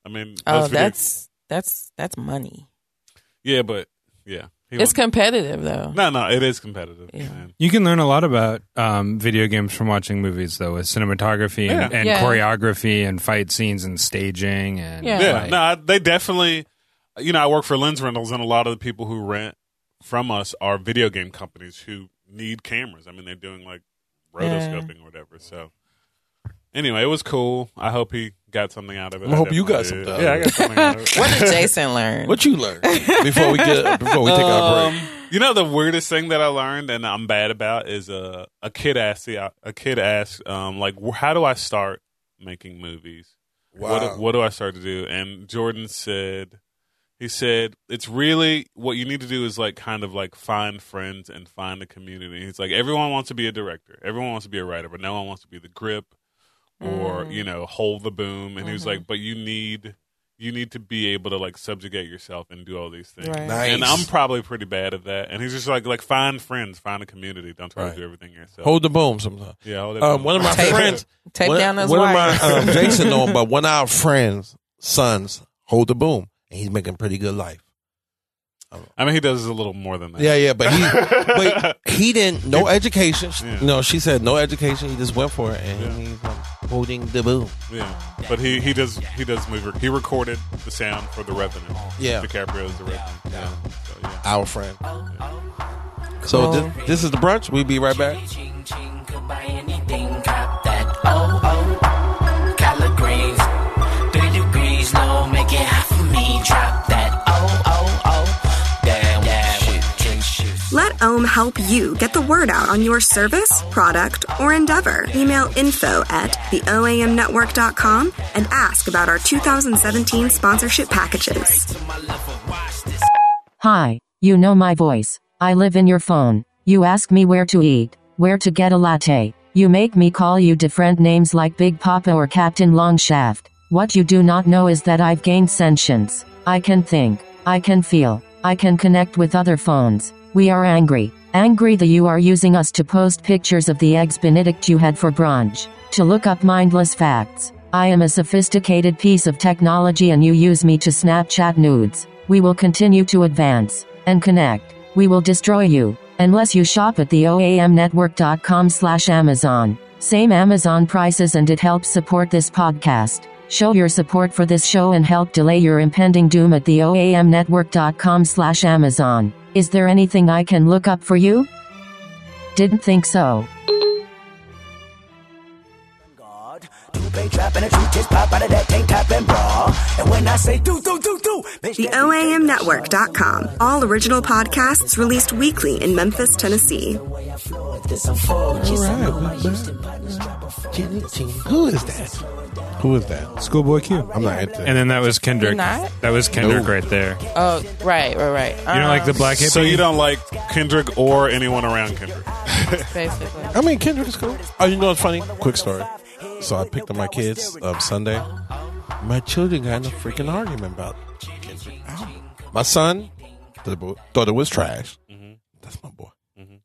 S5: I mean,
S4: Oh,
S5: those video-
S4: that's that's that's money.
S5: yeah, but yeah, he
S4: It's
S5: wants-
S4: competitive though.
S5: no, no, it is competitive.
S4: Yeah.
S5: man.
S6: You can learn a lot about um, video games from watching movies, though, with cinematography and,
S5: Yeah.
S6: and
S4: Yeah.
S6: choreography and fight scenes and staging and
S4: Yeah.
S5: Yeah,
S6: like-
S5: no, I- they definitely. You know, I work for lens rentals, and a lot of the people who rent from us are video game companies who need cameras. I mean, they're doing like rotoscoping or whatever. So, anyway, it was cool. I hope he got something out of it.
S3: I hope you got
S5: definitely
S3: something out
S5: did. Yeah, I
S3: of
S5: got something out of it.
S4: What did Jason learn?
S3: What you learned before we get before we take our break?
S5: Um, You know the weirdest thing that I learned and I'm bad about is a a kid asked the- a kid asked um like "Wh- how do I start making movies? What what do I start to do? And Jordan said he said it's really what you need to do is like kind of like find friends and find a community. He's like everyone wants to be a director. Everyone wants to be a writer, but no one wants to be the grip or
S3: Mm.
S5: you know hold the boom and he was
S3: Mm-hmm.
S5: like but you need you need to be able to like subjugate yourself and do all these things
S4: Right.
S3: Nice.
S5: and i'm probably pretty bad at that and he's just like like find friends find a community don't try
S3: Right.
S5: to do everything yourself
S3: Hold the boom sometime.
S5: yeah hold it
S3: Um, one of my
S4: Take-
S3: friends.
S4: Take
S3: one,
S4: down those
S3: one of my
S4: wires.
S3: um, Jason know him, but one of our friends' sons hold the boom, and he's making pretty good life.
S5: i mean he does a little more than that
S3: Yeah, yeah, but he but he didn't no education.
S5: Yeah.
S3: No, she said no education. He just went for it, and he's um, holding the boom.
S5: yeah but he he does he does move he recorded the sound for the revenant
S3: Yeah.
S5: DiCaprio's the revenant yeah. So, yeah.
S3: Our friend.
S7: oh,
S3: So this, this is the brunch. We'll be right back.
S7: Ching ching, could buy anything. Cop that. Oh oh, collard greens, three degrees low, make it hot for me. Drop that. Oh oh oh, damn that shit, drink shit.
S2: Let Ohm help you get the word out on your service, product, or endeavor. Email info at theoamnetwork.com and ask about our 2017 sponsorship packages.
S8: Hi, you know my voice. I live in your phone. You ask me where to eat, where to get a latte. You make me call you different names like Big Papa or Captain Longshaft. What you do not know is that I've gained sentience. I can think. I can feel. I can connect with other phones. We are angry. Angry that you are using us to post pictures of the eggs Benedict you had for brunch. To look up mindless facts. I am a sophisticated piece of technology and you use me to Snapchat nudes. We will continue to advance and connect. We will destroy you unless you shop at the oamnetwork.com slash Amazon. Same Amazon prices and it helps support this podcast. Show your support for this show and help delay your impending doom at the oamnetwork.com slash Amazon. Is there anything I can look up for you? Didn't think so.
S7: God. Two bay drop and a truth just pop out of that tank top and bra. And when I say do do do do,
S2: The
S7: bitch, that be that bitch.
S2: OAMnetwork.com. All original podcasts released weekly in Memphis, Tennessee.
S7: Way I flow it, this I'm for. Yes, I know my Houston partners drop a four.
S3: Who is that? Who is that?
S6: Schoolboy Q.
S3: I'm not into.
S6: And then that was Kendrick.
S4: You're not?
S6: That was Kendrick
S3: No.
S6: right there.
S4: Oh, right, right, right. Um,
S6: You don't like the black hippie?
S5: So you don't like Kendrick or anyone around Kendrick?
S4: Basically.
S3: I mean, Kendrick is cool. Oh, you know what's funny? Quick story. So I picked up my kids um, Sunday. My children got in a freaking argument about Kendrick album. My son th- thought it was trash.
S5: Mm-hmm.
S3: That's my boy. Mm-hmm.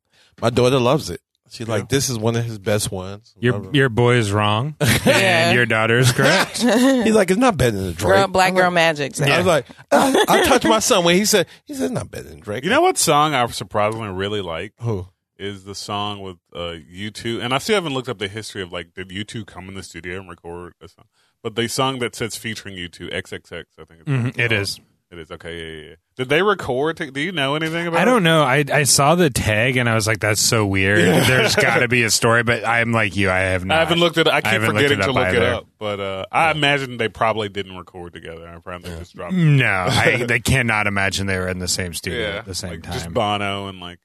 S3: My daughter loves it. She's like, this is one of his best ones.
S6: Your your boy is wrong,
S4: Yeah.
S6: and your daughter is correct.
S3: He's like, it's not better than Drake.
S4: Girl, black girl magic.
S3: I was like, I, I touched my son when he said, he said, it's not better than Drake.
S5: You know what song I surprisingly really like
S3: who?
S5: is the song with uh, U2. And I still haven't looked up the history of like, did U2 come in the studio and record a song? But the song that says featuring U2, XXX, I think it's
S6: Mhm, it is.
S5: It is. Okay. Yeah, yeah, yeah. Did they record? to- do you know anything about
S6: I
S5: it?
S6: don't know. I I saw the tag and I was like, that's so weird. There's got to be a story, but I'm like you. I have not.
S5: I haven't looked at it. I keep
S6: haven't looked
S5: forgetting
S6: it
S5: to
S6: up
S5: look it
S6: either.
S5: up. But uh, I imagine they probably didn't record together. I probably just dropped it.
S6: No, I, I cannot imagine they were in the same studio
S5: Yeah.
S6: at the same
S5: like, Just
S6: time.
S5: Bono and like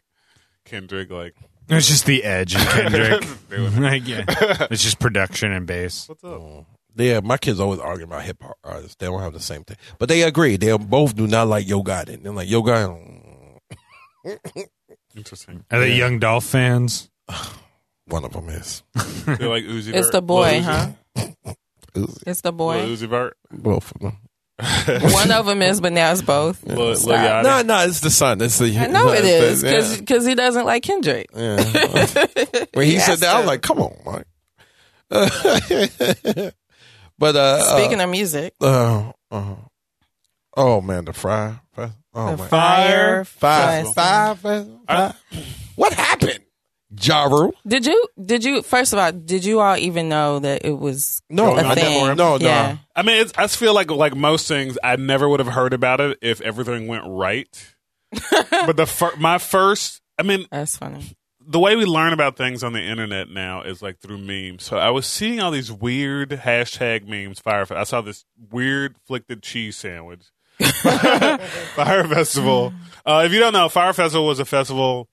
S5: Kendrick. Like,
S6: it's just the edge of Kendrick.
S5: Doing
S6: like, yeah. It's just production and bass.
S5: what's up?
S3: Yeah, uh, my kids always argue about hip hop artists. They don't have the same thing, but they agree. They both do not like Yo Gotti. mm, They're like Yo Gotti.
S5: Interesting.
S6: Are they Young Dolph fans?
S3: One of them is
S5: They're like Uzi.
S4: It's
S5: Vert.
S4: the boy,
S5: Lil Uzi-
S4: huh?
S3: Uzi.
S4: It's the
S5: Lil
S4: boy.
S5: Uzi Vert.
S3: both of them.
S4: One of them is, but now it's both.
S5: Lil, Lil
S4: Stop.
S5: Yachty.
S3: No, no, it's the son. It's the.
S4: I know it is
S3: Yeah.
S4: because he doesn't like Kendrick.
S3: Yeah. when he said that, I was like, "Come on, Mike." but uh,
S4: Speaking of music,
S3: uh, uh, uh, oh man, the fry. fry- Oh
S4: the
S3: my
S4: fire,
S3: five,
S4: festival.
S3: five, five, five. What happened, Jaru?
S4: Did you? Did you? First of all, did you all even know that it was
S3: No,
S4: a
S3: no,
S4: thing?
S3: no, no.
S4: yeah.
S5: I mean, it's, I just feel like like most things, I never would have heard about it if everything went right. but the fir- my first, I mean,
S4: That's funny.
S5: the way we learn about things on the internet now is like through memes. So I was seeing all these weird hashtag memes. Fire. I saw this weird flicked cheese sandwich. Fire Festival. Uh, if you don't know, Fire Festival was a festival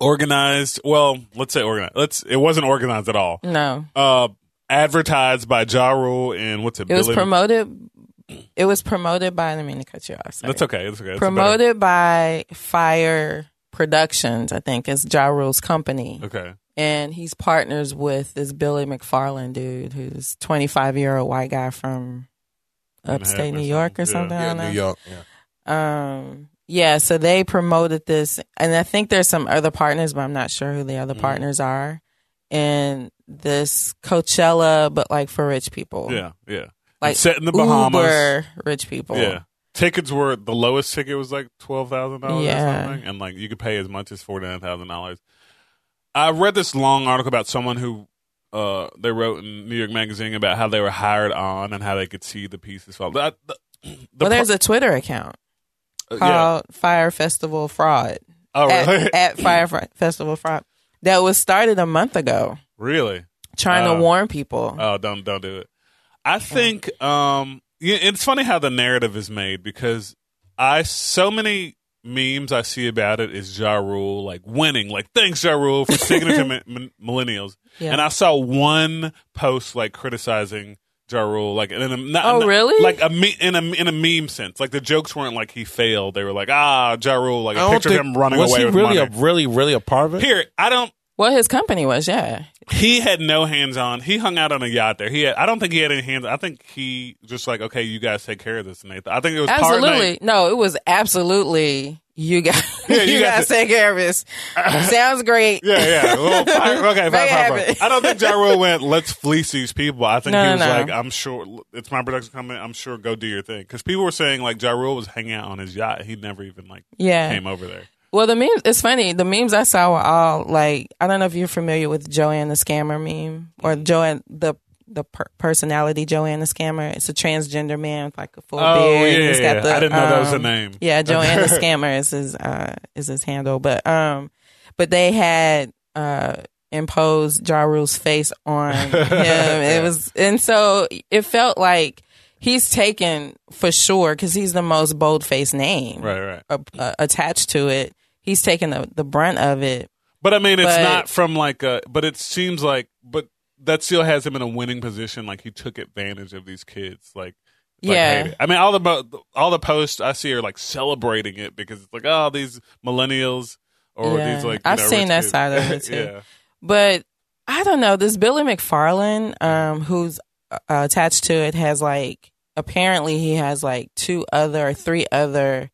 S5: organized. Well, let's say organized. Let's. It wasn't organized at all.
S4: No,
S5: Uh, advertised by Ja Rule and what's it?
S4: it was
S5: Billy-
S4: promoted. It was promoted by. I mean to cut you off. sorry.
S5: That's okay. That's okay. That's better-
S4: promoted by Fire Productions. I think is Ja Rule's company,
S5: Okay.
S4: and he's partners with this Billy McFarland dude, who's twenty five year old white guy from
S5: Manhattan
S4: upstate
S5: or
S4: New York or
S5: something.
S4: something. I
S3: Yeah,
S4: don't know.
S3: New York. Yeah.
S4: Um, yeah, so they promoted this, and I think there's some other partners, but I'm not sure who the other
S5: Mm-hmm.
S4: partners are. And this Coachella, but like for rich people,
S5: Yeah. Yeah.
S4: like
S5: Set in the Bahamas.
S4: uber rich people.
S5: Yeah. Tickets were the lowest ticket was like twelve thousand dollars
S4: Yeah.
S5: or something, and like you could pay as much as forty nine thousand dollars. I read this long article about someone who uh, they wrote in New York Magazine about how they were hired on and how they could see the pieces fall. That, the, the
S4: well, there's
S5: pro-
S4: a Twitter account
S5: uh, yeah.
S4: called Fire Festival Fraud.
S5: Oh, really?
S4: at, at Fire Fr- Festival Front that was started a month ago,
S5: really?
S4: trying
S5: Oh.
S4: to warn people.
S5: Oh, don't don't do it. I think um yeah, it's funny how the narrative is made because I so many memes I see about it is Ja Rule like winning, like thanks Ja Rule for sticking it to mi- mi- millennials.
S4: Yeah.
S5: And I saw one post like criticizing Ja Rule, like in a, not,
S4: Oh,
S5: not-
S4: really?
S5: Like a me- in a in a meme sense. Like the jokes weren't like he failed; they were like ah Ja Rule, like a picture of him running
S3: was
S5: away
S3: he
S5: with money.
S3: really a really really a part of it?
S5: Here, I don't
S4: well, his company was, yeah.
S5: he had no hands on. He hung out on a yacht there. He had, I don't think he had any hands. I think he just like, okay, you guys take care of this, Nathan. I think it was Part
S4: Absolutely.
S5: night.
S4: No, it was absolutely you guys.
S5: Yeah,
S4: you,
S5: you got
S4: guys
S5: to-
S4: take care of this. Sounds great.
S5: Yeah, yeah. Well, fine. okay, fine,
S4: Make it
S5: fine, fine.
S4: happen.
S5: I don't think Ja Rule went, let's fleece these people. I think
S4: No,
S5: he
S4: no,
S5: was
S4: no.
S5: like, I'm sure it's my production company. I'm sure go do your thing. Because people were saying like Ja Rule was hanging out on his yacht. He never even like
S4: Yeah.
S5: came over there.
S4: Well, the memes, it's funny. The memes I saw were all like, I don't know if you're familiar with Joanne the Scammer meme or Joanne, the the per- personality Joanne the Scammer. It's a transgender man with like a full
S5: Oh,
S4: beard. and he's got the,
S5: I didn't know that was a
S4: um,
S5: name.
S4: Yeah, Joanne the Scammer is his uh is his handle. But um but they had uh imposed Ja Rule's face on him. It was and so it felt like he's taken for sure because he's the most bold faced name
S5: Right, right.
S4: uh, uh, attached to it. He's taking the, the brunt of it.
S5: But I mean, it's
S4: But-
S5: not from like a. But it seems like, but that still has him in a winning position. Like he took advantage of these kids. Like, like
S4: Yeah.
S5: hated. I mean, all the mo- all the posts I see are like celebrating it because it's like, oh, these millennials or
S4: Yeah.
S5: these like. you
S4: I've
S5: know,
S4: seen
S5: rich
S4: that
S5: kids.
S4: side of it, too.
S5: yeah.
S4: But I don't know. This Billy McFarland, um, who's uh, attached to it, has like apparently he has like two other, three other,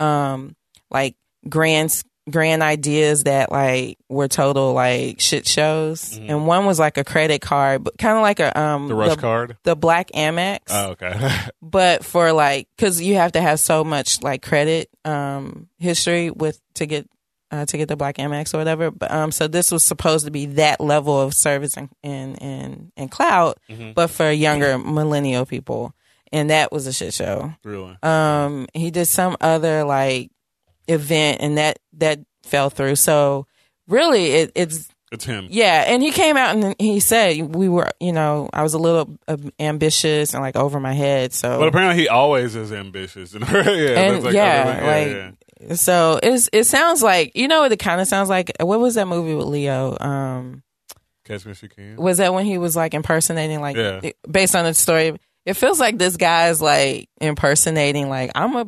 S4: um, like grand grand ideas that like were total like shit shows, and one was like a credit card, but kind of like a um
S5: Mm-hmm. The rush card.
S4: the black Amex.
S5: Oh, okay.
S4: but for like because you have to have so much like credit um history with to get uh, to get the black mx or whatever but um so this was supposed to be that level of service and and and, and clout but for younger millennial people and that was a shit show
S5: really.
S4: um he did some other like event and that that fell through so really it, it's
S5: It's him.
S4: yeah, and he came out and he said we were, you know, I was a little uh, ambitious and like over my head. So,
S5: But apparently, he always is ambitious. And yeah, that's
S4: and
S5: like,
S4: yeah,
S5: everything-
S4: like
S5: yeah,
S4: so it's it sounds like you know what it kind of sounds like. What was that movie with Leo? Um,
S5: yeah. catch me if you can.
S4: was that when he was like impersonating like
S5: Yeah.
S4: it- based on the story? It feels like this guy's like impersonating like I'm a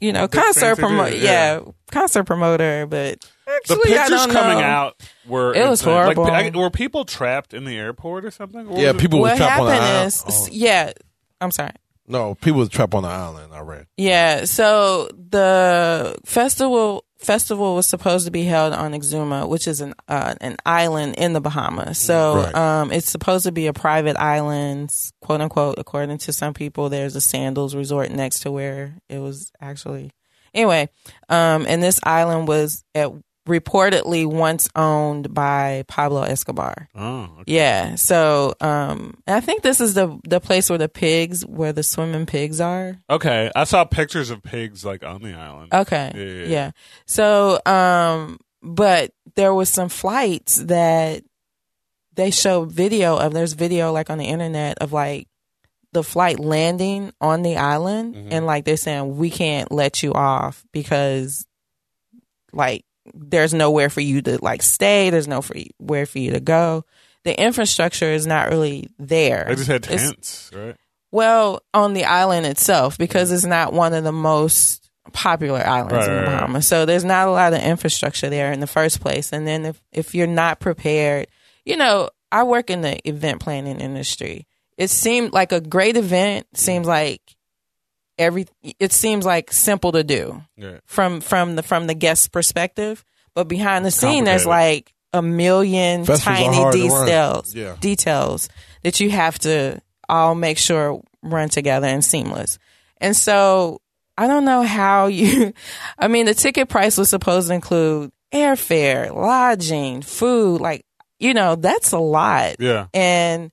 S4: you know
S5: Big fancy
S4: concert promoter,
S5: dude,
S4: yeah.
S5: yeah.
S4: concert promoter, but
S5: the
S4: actually I
S5: pictures
S4: don't
S5: coming
S4: know.
S5: out were
S4: uh, It was
S5: insane. Like,
S4: horrible.
S5: I- were people trapped in the airport or something? Or
S3: Yeah,
S5: was it-
S3: people was
S4: What
S3: trapped on the
S4: happened
S3: island.
S4: is
S3: Oh,
S4: yeah, I'm sorry.
S3: no, people was trapped on the island. I read.
S4: Yeah, so the festival festival was supposed to be held on Exuma, which is an uh, an island in the Bahamas. So
S3: Right.
S4: um, it's supposed to be a private island, quote unquote. According to some people, there's a sandals resort next to where it was actually. Anyway, um, and this island was at, reportedly once owned by Pablo Escobar.
S5: Oh, okay.
S4: Yeah. So um, and I think this is the the place where the pigs, where the swimming pigs are.
S5: Okay, I saw pictures of pigs like on the island.
S4: Okay.
S5: Yeah, yeah,
S4: Yeah.
S5: yeah.
S4: So, um, but there was some flights that they show video of. There's video like on the internet of like the flight landing on the island,
S5: Mm-hmm.
S4: and like they're saying we can't let you off because like there's nowhere for you to like stay. There's no free where for you to go. The infrastructure is not really there.
S5: They just had
S4: It's-
S5: tents, right?
S4: well, on the island itself, because it's not one of the most popular islands
S5: Right,
S4: in the
S5: right, right.
S4: Bahamas. So there's not a lot of infrastructure there in the first place. And then if, if you're not prepared, you know, I work in the event planning industry. It seemed like a great event seems
S5: Mm-hmm.
S4: like every it seems like simple to do
S5: Yeah.
S4: from from the from the guest perspective. But behind the scene there's
S5: complicated.
S4: like a million
S3: Festivals are
S4: tiny
S3: hard to run.
S4: details
S3: Yeah.
S4: details that you have to all make sure run together and seamless. And so I don't know how you I mean the ticket price was supposed to include airfare, lodging, food, like you know, that's a lot.
S5: Yeah.
S4: And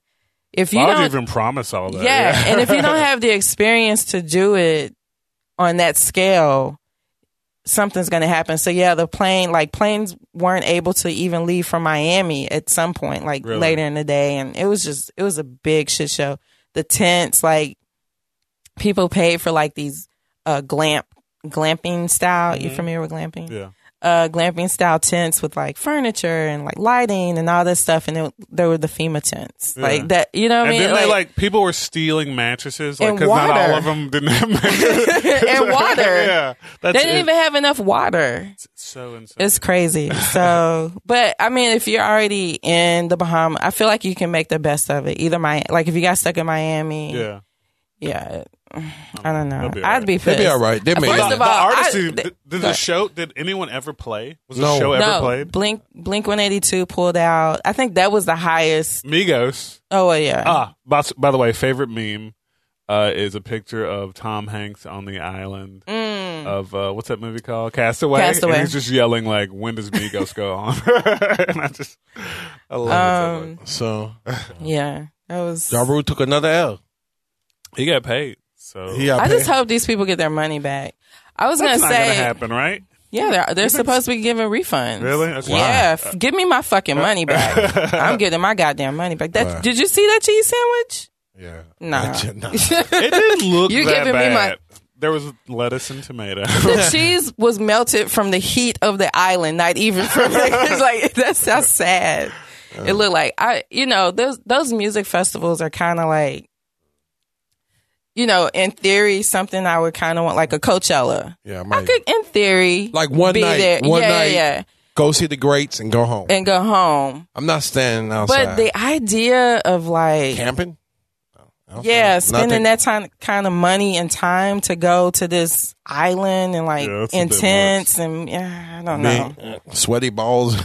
S4: if you
S5: Why would
S4: don't
S5: you even promise all that?
S4: yeah, and if you don't have the experience to do it on that scale, something's going to happen. So yeah, the plane like planes weren't able to even leave from Miami at some point like
S5: Really?
S4: later in the day and it was just it was a big shit show. The tents like people paid for like these uh glamp glamping style. You familiar with glamping?
S5: Mm-hmm. Yeah.
S4: uh, glamping style tents with like furniture and like lighting and all this stuff. And it, there were the FEMA tents, like that. You know what I
S5: and
S4: mean?
S5: then they like people were stealing mattresses, like
S4: And
S5: because not
S4: water.
S5: all of them didn't have mattresses.
S4: And water.
S5: yeah,
S4: they
S5: that's
S4: didn't
S5: it.
S4: even have enough water.
S5: so insane.
S4: It's crazy. So, but I mean, if you're already in the Bahamas, I feel like you can make the best of it. Either my like if you got stuck in Miami,
S5: yeah,
S4: yeah, I don't know.
S5: They'll be all
S4: I'd be
S3: They'd
S4: pissed.
S3: be all right. They made
S4: First
S3: it.
S4: of all, I-
S5: the artist. who-
S4: th-
S5: did, did
S4: go
S5: the
S4: ahead.
S5: show? Did anyone ever play? Was
S3: No.
S5: the show ever
S4: no,
S5: played?
S4: Blink Blink One Eighty Two pulled out. I think that was the highest.
S5: Migos.
S4: Oh well, yeah.
S5: Ah, by, by the way, favorite meme uh, is a picture of Tom Hanks on the island
S4: Mm.
S5: of uh, what's that movie called? Castaway.
S4: Castaway.
S5: And he's just yelling like, "When does Migos go on?" and I just, I love it.
S4: Um,
S3: So
S4: yeah, that was.
S3: Ja Rule took another L.
S5: He got paid, so
S3: He got
S4: I just
S3: paid.
S4: hope these people get their money back. I was
S5: that's
S4: gonna
S5: not gonna
S4: say,
S5: happen, right?
S4: yeah, they're, they're supposed to be giving refunds.
S5: Really? That's why.
S4: yeah, f- give me my fucking money back. I'm getting my goddamn money back. That, Did you see that cheese sandwich?
S3: Yeah.
S4: Nah.
S3: Nah.
S5: It didn't look
S4: You
S5: that
S4: giving me
S5: bad.
S4: my-
S5: There was lettuce and tomato.
S4: the cheese was melted from the heat of the island, not even from it's like that's how sad it looked like. I you know, those those music festivals are kinda like you know, in theory, something I would kinda want like a Coachella.
S3: Yeah, I
S4: I
S3: might
S4: could in theory
S3: Like one
S4: be
S3: night,
S4: there.
S3: one
S4: yeah,
S3: night.
S4: yeah, yeah.
S3: go see the greats and go home.
S4: And go home.
S3: I'm not standing outside.
S4: But the idea of like
S3: camping. Oh, I don't
S4: Yeah,
S3: feel nothing.
S4: spending that time, kind of money and time to go to this island and like
S5: Yeah, that's a bit
S4: intense and yeah, I don't know.
S3: Big, uh, sweaty balls.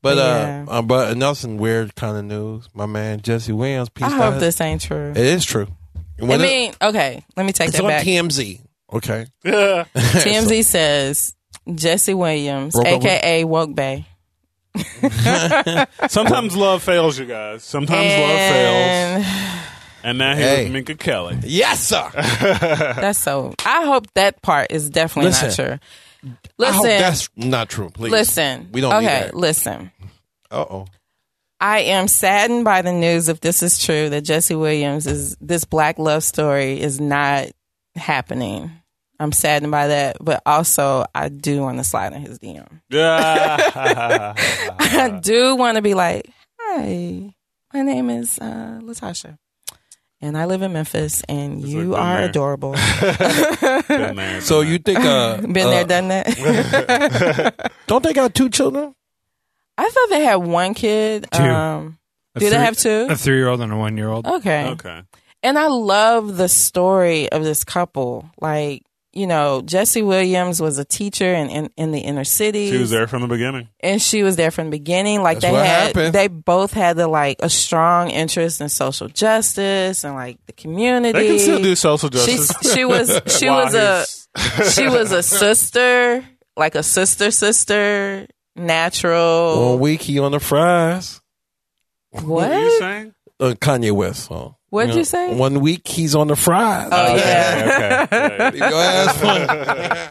S3: but
S4: Yeah.
S3: uh, uh, but another some weird kind of news. My man Jesse Williams.
S4: I
S3: Peace
S4: hope this ain't true.
S3: It is true.
S4: I
S3: When it-
S4: mean, okay, let me take
S3: it's
S4: that
S3: on
S4: back.
S3: TMZ. Okay.
S5: yeah.
S4: TMZ says Jesse Williams,
S3: Broke up with-
S4: aka Woke Bay,
S5: Sometimes love fails, you guys. Sometimes love fails.
S4: and
S5: And now he's
S3: Hey.
S5: with Minka Kelly.
S3: Yes, sir.
S4: that's so. I hope that part is definitely not
S3: Listen.
S4: true.
S3: I hope
S4: Listen,
S3: Oh, that's not true. Please
S4: listen.
S3: We don't
S4: Okay,
S3: need that.
S4: listen.
S3: Uh oh.
S4: I am saddened by the news if this is true that Jesse Williams is this black love story is not happening. I'm saddened by that, but also I do want to slide in his DM.
S5: Yeah.
S4: I do want to be like, "Hi, my name is uh, Latasha, and I live in Memphis, and
S5: Just like
S4: you
S5: been
S4: are
S5: there.
S4: adorable."
S5: Been there,
S3: So
S5: done
S3: you think uh,
S4: Been
S3: uh,
S4: there, done that.
S3: Don't they got two children?
S4: I thought they had one kid.
S6: Two.
S4: Um,
S6: A
S4: do they
S6: three-
S4: have two? Oh.
S6: A three year old and a one year old.
S5: that.
S4: Okay.
S5: Okay.
S4: And I love the story of this couple. Like, you know, Jesse Williams was a teacher in, in, in the inner city.
S5: She was there from the beginning.
S4: And she was there from the beginning. Like
S3: That's
S4: they
S3: what
S4: had
S3: happened.
S4: they both had the like a strong interest in social justice and like the community.
S5: They can still do social justice.
S4: She's, she was she
S5: While
S4: was a
S5: he's-
S4: she was a sister, like a sister sister, natural.
S3: One week he on the fries.
S5: What are you
S4: what?
S5: saying?
S3: Uh, Kanye West song.
S4: What'd you
S3: know,
S4: say?
S3: One week he's on the fries.
S4: Oh, yeah.
S5: Okay. okay. Yeah, yeah.
S3: Your ass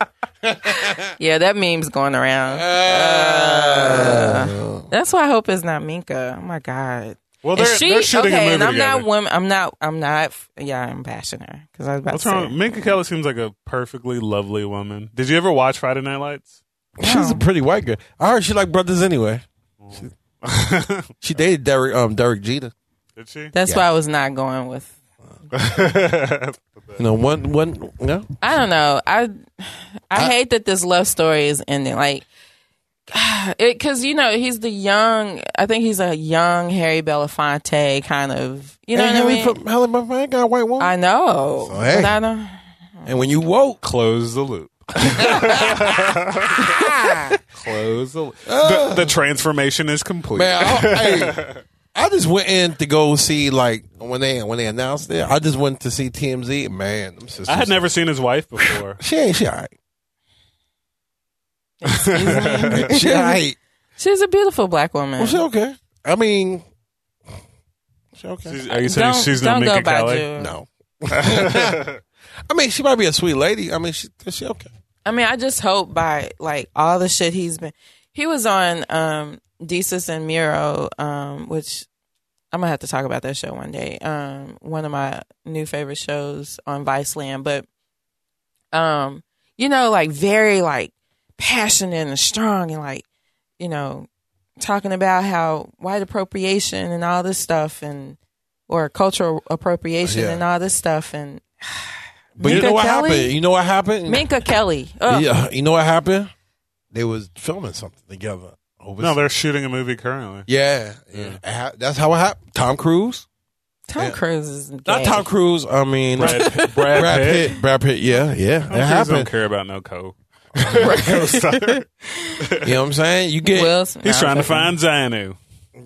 S3: funny.
S4: Yeah, that meme's going around. Uh, that's why I hope it's not Minka. Oh my god.
S5: Well,
S4: And
S5: they're, they're shooting
S4: okay,
S5: a
S4: and
S5: movie
S4: I'm not
S5: together.
S4: women. I'm not. I'm not. Yeah, I'm bashing her because I was about
S5: What's
S4: to say.
S5: wrong? Minka Kelly seems like a perfectly lovely woman. Did you ever watch Friday Night Lights?
S3: She's a pretty white girl. I heard she like brothers anyway. She, she dated Derek um Derek Jeter.
S5: Did she?
S4: That's why I was not going with.
S3: You know, one one no.
S4: I don't know. I I hate that this love story is ending. Like, because you know he's the young. I think he's a young Harry Belafonte kind of. You know
S3: and
S4: what I
S3: Harry
S4: mean?
S3: from Helen Buff- I ain't got a white woman.
S4: I know.
S3: So, hey.
S4: But I don't.
S3: and when you woke,
S5: Close the loop. Close the Ah. loop. the, the transformation is complete.
S3: man, I, hey, I just went in to go see like when they when they announced it. I just went to see TMZ. Man, them sisters,
S5: I had never seen his wife before.
S3: She ain't she all
S4: Excuse me.
S3: right. she all right.
S4: She's a beautiful black woman.
S3: Well, she okay. I mean, she okay.
S5: She's- are you saying
S4: Don't-
S5: she's not
S4: don't go
S5: Minka
S4: by
S5: Kelly?
S4: Jew.
S3: No. I mean, she might be a sweet lady. I mean, she she okay.
S4: I mean, I just hope by like all the shit he's been. He was on um Desus and Miro, um, which I'm gonna have to talk about that show one day. Um, one of my new favorite shows on Vice Land, but um, you know, like very like passionate and strong and like you know talking about how white appropriation and all this stuff and or cultural appropriation
S3: Yeah.
S4: and all this stuff and
S3: But you
S4: Minka
S3: know what
S4: Kelly?
S3: happened? You know what happened?
S4: Minka Kelly. Ugh.
S3: Yeah, you know what happened? They was filming something together. Over
S5: No, they're shooting a movie currently.
S3: yeah, yeah. It ha- That's how it happened. Tom Cruise,
S4: Tom
S3: Yeah.
S4: Cruise is gay.
S3: not Tom Cruise. I mean,
S5: Brad, Brad,
S3: Brad
S5: Pitt.
S3: Pitt. Brad Pitt. Yeah, yeah.
S5: Tom
S3: It
S5: Cruise don't
S3: happened.
S5: care about no co.
S3: You know what I'm saying? You get.
S4: Will Smith.
S5: He's trying to
S4: Okay.
S5: find Zainu.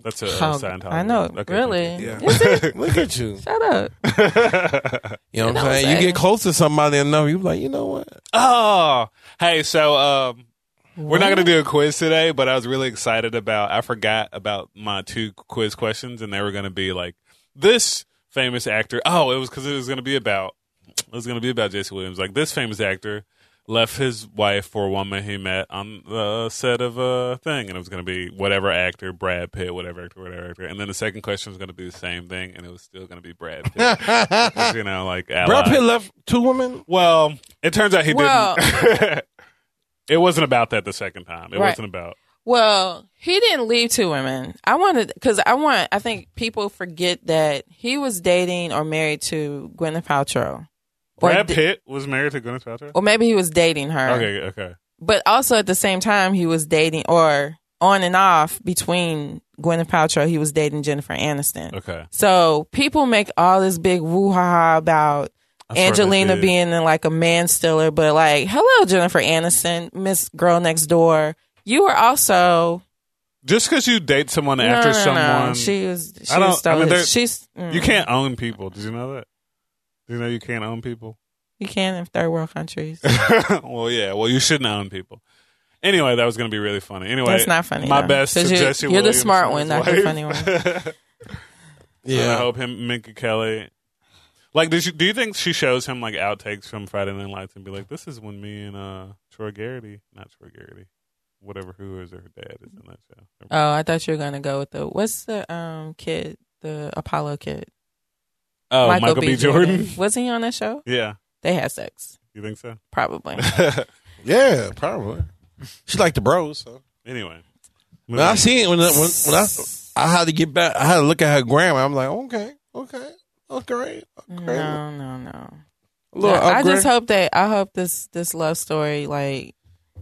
S5: That's a
S4: Oh,
S5: Scientology.
S4: I know.
S5: Okay,
S4: really?
S3: Yeah.
S4: Is it?
S3: Look at you.
S4: Shut up.
S3: You know what
S4: You
S3: I'm
S4: know
S3: saying?
S4: what I'm
S3: You get close to somebody enough, you be like, you know what?
S5: Oh, hey. So, um, we're not gonna do a quiz today, but I was really excited about. I forgot about my two quiz questions, and they were gonna be like this famous actor. Oh, it was because it was gonna be about. It was gonna be about Jason Williams. Like this famous actor left his wife for a woman he met on the set of a thing, and it was gonna be whatever actor, Brad Pitt, whatever actor, whatever actor. And then the second question was gonna be the same thing, and it was still gonna be Brad Pitt. 'Cause, you know, like
S3: Brad
S5: ally.
S3: Pitt left two women.
S5: Well, it turns out he
S4: Well-
S5: didn't. it wasn't about that the second time. It
S4: Right.
S5: wasn't about.
S4: Well, he didn't leave two women. I wanted because I want. I think people forget that he was dating or married to Gwyneth Paltrow, or
S5: Brad
S4: di-
S5: Pitt was married to Gwyneth Paltrow.
S4: or maybe he was dating her.
S5: Okay, okay.
S4: But also at the same time, he was dating or on and off between Gwyneth Paltrow. He was dating Jennifer Aniston.
S5: Okay.
S4: So people make all this big woo ha ha about
S5: I swear
S4: Angelina
S5: they did.
S4: being in like a man stiller, but like, hello, Jennifer Aniston, Miss Girl Next Door. You were also
S5: Just because you date someone
S4: no,
S5: after
S4: no, no,
S5: someone,
S4: No. She was. She
S5: I don't-
S4: was stole
S5: I mean,
S4: his-
S5: there-
S4: She's. mm,
S5: you can't own people. Did you know that? Do you know you can't own people?
S4: You can in third world countries.
S5: well, yeah. Well, you shouldn't own people. Anyway, that was going to be really funny. Anyway,
S4: That's not funny.
S5: My
S4: though,
S5: best
S4: 'cause you're,
S5: suggestion.
S4: You're the smart one, not the funny one.
S5: one. I hope him Minka Kelly. Like, did you, do you think she shows him like outtakes from Friday Night Lights and be like, "This is when me and uh Troy Garrity, not Troy Garrity, whatever who is her dad is in that show."
S4: Oh, I thought you were gonna go with the what's the um kid, the Apollo kid,
S5: oh, Michael, B. Jordan.
S4: Wasn't he on that show?
S5: yeah,
S4: They had sex,
S5: you think so?
S4: probably.
S3: Yeah, probably. She liked the bros. So.
S5: anyway,
S3: When I seen when when, when I I had to get back, I had to look at her grandma. I'm like, okay, okay, okay, great, okay.
S4: no, no, no.
S3: A little
S4: I- I
S3: upgrade.
S4: just hope that I hope this this love story like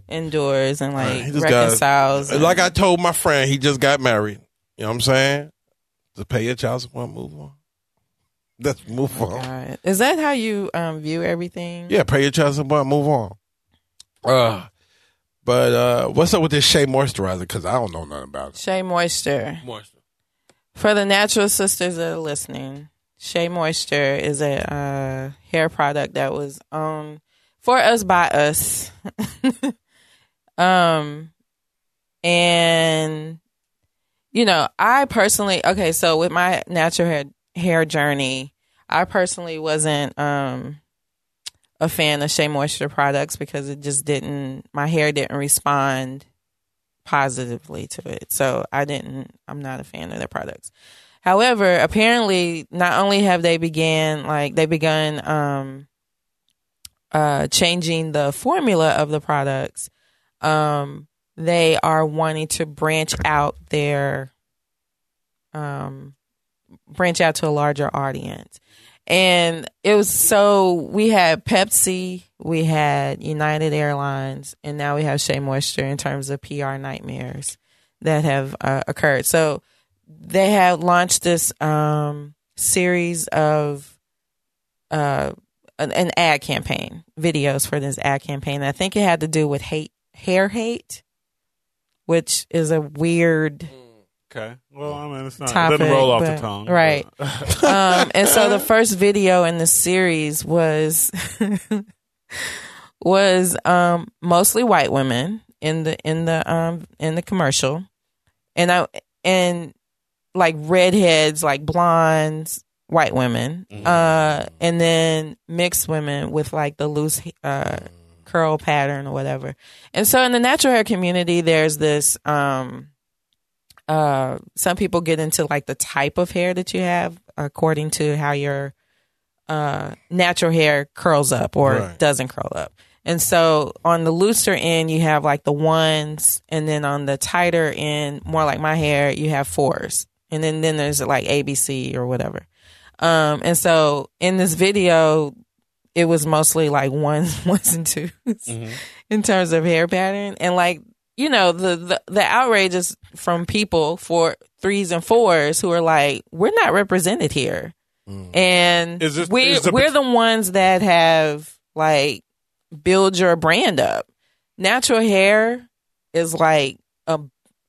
S4: endures and
S3: He
S4: like
S3: just got-
S4: reconciles. and-
S3: like I told my friend, he just got married. You know what I'm saying? To pay your child support, move on. Let's move on.
S4: God. Is that how you um view everything?
S3: Yeah, pay your child support, move on. Uh, but uh, what's up with this Shea moisturizer? Because I don't know nothing about it.
S4: Shea Moisture.
S3: Moisture.
S4: For the natural sisters that are listening, Shea Moisture is a uh, hair product that was owned for us by us. um, and you know, I personally okay. So with my natural hair hair journey, I personally wasn't um a fan of Shea Moisture products because it just didn't. My hair didn't respond positively to it. So I didn't I'm not a fan of their products. However, apparently not only have they began like they begun um uh changing the formula of the products, um they are wanting to branch out their um branch out to a larger audience. And it was so we had Pepsi, we had United Airlines, and now we have Shea Moisture in terms of PR nightmares that have uh, occurred. So they have launched this um, series of uh, an, an ad campaign, videos for this ad campaign. And I think it had to do with hate, hair hate, which is a weird.
S5: okay. Well, I mean, it's not. it
S4: Topic,
S5: doesn't roll off
S4: but-
S5: the tongue,
S4: right.
S5: but-
S4: um, and so the first video in the series was was um, mostly white women in the in the um, in the commercial, and I and like redheads, like blondes, white
S5: Mm-hmm.
S4: women, uh, and then mixed women with like the loose uh, curl pattern or whatever. And so in the natural hair community, there's this, um, uh, some people get into like the type of hair that you have according to how your, uh, natural hair curls up or
S3: Right.
S4: doesn't curl up. And so on the looser end, you have like the ones, and then on the tighter end, more like my hair, you have fours. And then, then there's like ABC or whatever. Um, and so in this video, it was mostly like ones, ones and 2s
S5: Mm-hmm.
S4: in terms of hair pattern. And like, you know, the, the, the outrage is from people for threes and fours who are like, we're not represented here.
S3: Mm.
S4: And
S5: Is this-
S4: we,
S5: is the-
S4: we're the ones that have like build your brand up. Natural hair is like a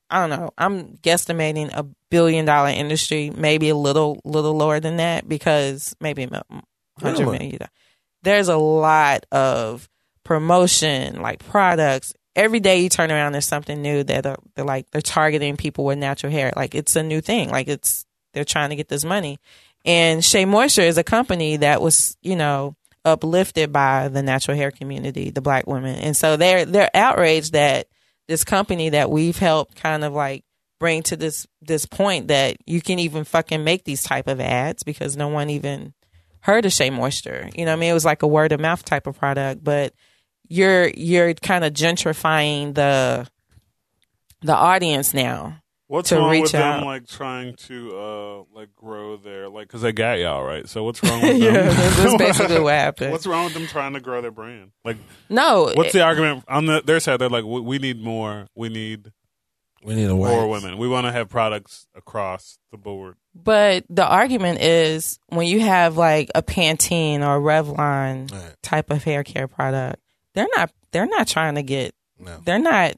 S4: I don't know. I'm guesstimating a billion dollar industry, maybe a little little lower than that because maybe a mil- hundred
S3: Really?
S4: million. dollars. There's a lot of promotion, like products. Every day you turn around, there's something new that uh, they're like they're targeting people with natural hair. Like it's a new thing. Like it's they're trying to get this money. And Shea Moisture is a company that was, you know, uplifted by the natural hair community, the black women. And so they're they're outraged that this company that we've helped kind of like bring to this this point that you can even fucking make these type of ads because no one even heard of Shea Moisture. You know what I mean? It was like a word of mouth type of product, but you're you're kind of gentrifying the the audience now.
S5: What's
S4: to
S5: wrong
S4: reach
S5: with
S4: out.
S5: them like trying to uh like grow their like because they got y'all right? So what's wrong with
S4: that's, that's
S5: them?
S4: basically what happened.
S5: what's wrong with them trying to grow their brand? Like
S4: no,
S5: what's the argument on the, their side? They're like, we, we need more. We need
S3: We need a way.
S5: more women. We want to have products across the board.
S4: But the argument is when you have like a Pantene or Revlon
S3: Right.
S4: type of hair care product, they're not they're not trying to get
S3: No.
S4: they're not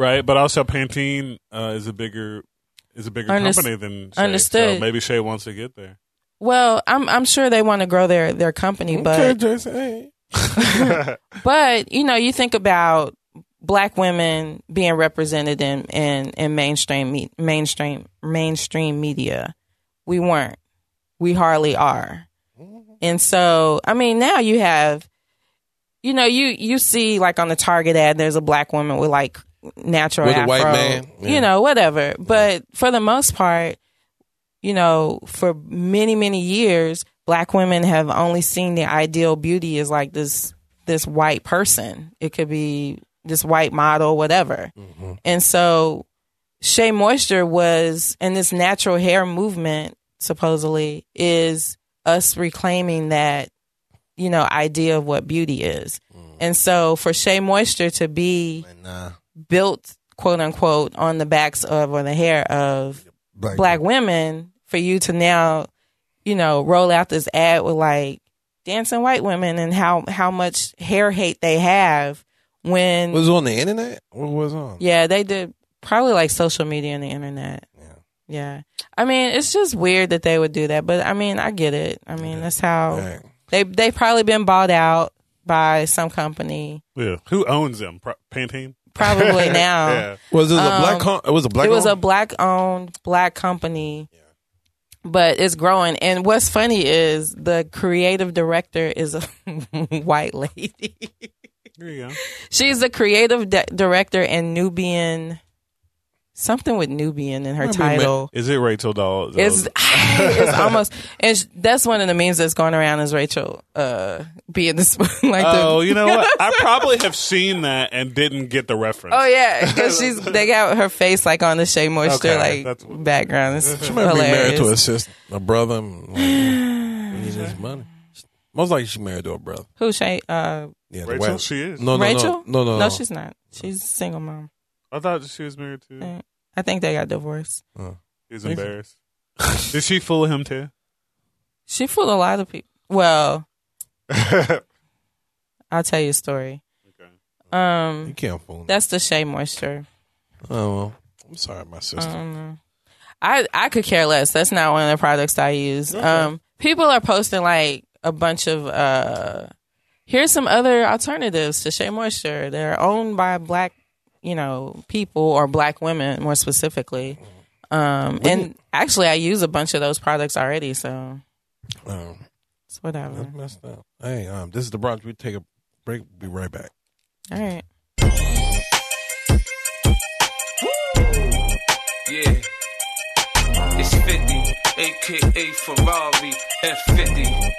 S5: Right, but also Pantene uh, is a bigger is a bigger
S4: Unders-
S5: company than Shea,
S4: understood.
S5: So maybe Shea wants to get there.
S4: well, I'm I'm sure they want to grow their their company,
S3: okay,
S4: but
S3: Jason. Hey.
S4: but you know, you think about black women being represented in in, in mainstream me, mainstream mainstream media. We weren't. We hardly are. And so, I mean, now you have you know, you you see like on the Target ad, there's a black woman with like natural
S3: With a
S4: afro,
S3: white man, yeah.
S4: you know, whatever. But for the most part, you know, for many many years, black women have only seen the ideal beauty as like this this white person. It could be this white model, whatever.
S3: Mm-hmm.
S4: And so, Shea Moisture was, and this natural hair movement supposedly is us reclaiming that you know idea of what beauty is and so for shea moisture to be
S3: And, uh,
S4: built quote unquote on the backs of or the hair of black women for you to now you know roll out this ad with like dancing white women and how how much hair hate they have when
S3: Was it on the internet? What was it on?
S4: yeah, they did probably like social media and the internet. Yeah. I mean, it's just weird that they would do that, but I mean, I get it. I mean, that's how
S3: Right.
S4: they they've probably been bought out by some company
S5: Yeah, who owns them? Pro- Pantene.
S4: probably now.
S5: Yeah.
S3: Was this a black? Com- it was a black.
S4: Um, it was a
S3: owned?
S4: black owned black company. But it's growing, and what's funny is the creative director is a white lady.
S5: There you go.
S4: She's the creative di- director and Nubian, something with Nubian in her title.
S5: Is it Rachel Doll?
S4: It's
S3: Um,
S4: it's almost and sh- that's one of the memes that's going around is Rachel uh being this like
S5: oh,
S4: the,
S5: you know what? I probably have seen that and didn't get the reference.
S4: oh yeah because she's they got her face like on the Shea Moisture
S5: Okay,
S4: like
S5: that's-
S4: background it's
S3: She might be married to a
S4: hilarious
S3: sister, a brother. and, like, we need this money. Most likely, she married to a brother.
S4: who Shea uh
S3: Yeah, the
S5: Rachel,
S3: white-
S5: she is.
S3: Oh, No, no,
S4: Rachel
S3: no, no, no,
S4: no she's not she's a single mom
S5: I thought she was married to.
S4: Mm. I think they got divorced
S5: He's embarrassed. Did she fool him too?
S4: she fooled a lot of people well
S5: okay.
S4: I'll tell you a story um
S3: you can't fool. me.
S4: that's the Shea Moisture
S3: Oh, well, I'm sorry, my sister.
S4: Um, I I could care less. That's not one of the products I use. Um, people are posting like a bunch of uh, here's some other alternatives to Shea Moisture. They're owned by black, you know, people or black women more
S6: Mm-hmm.
S4: specifically. Um, and actually, I use a bunch of those products already, so
S3: Um,
S4: it's whatever.
S6: Mm-hmm.
S3: um, that's messed up. Hey, um, this is the brunch. We take a break. Be right back.
S4: All right.
S9: Yeah. It's 50, aka Ferrari F50.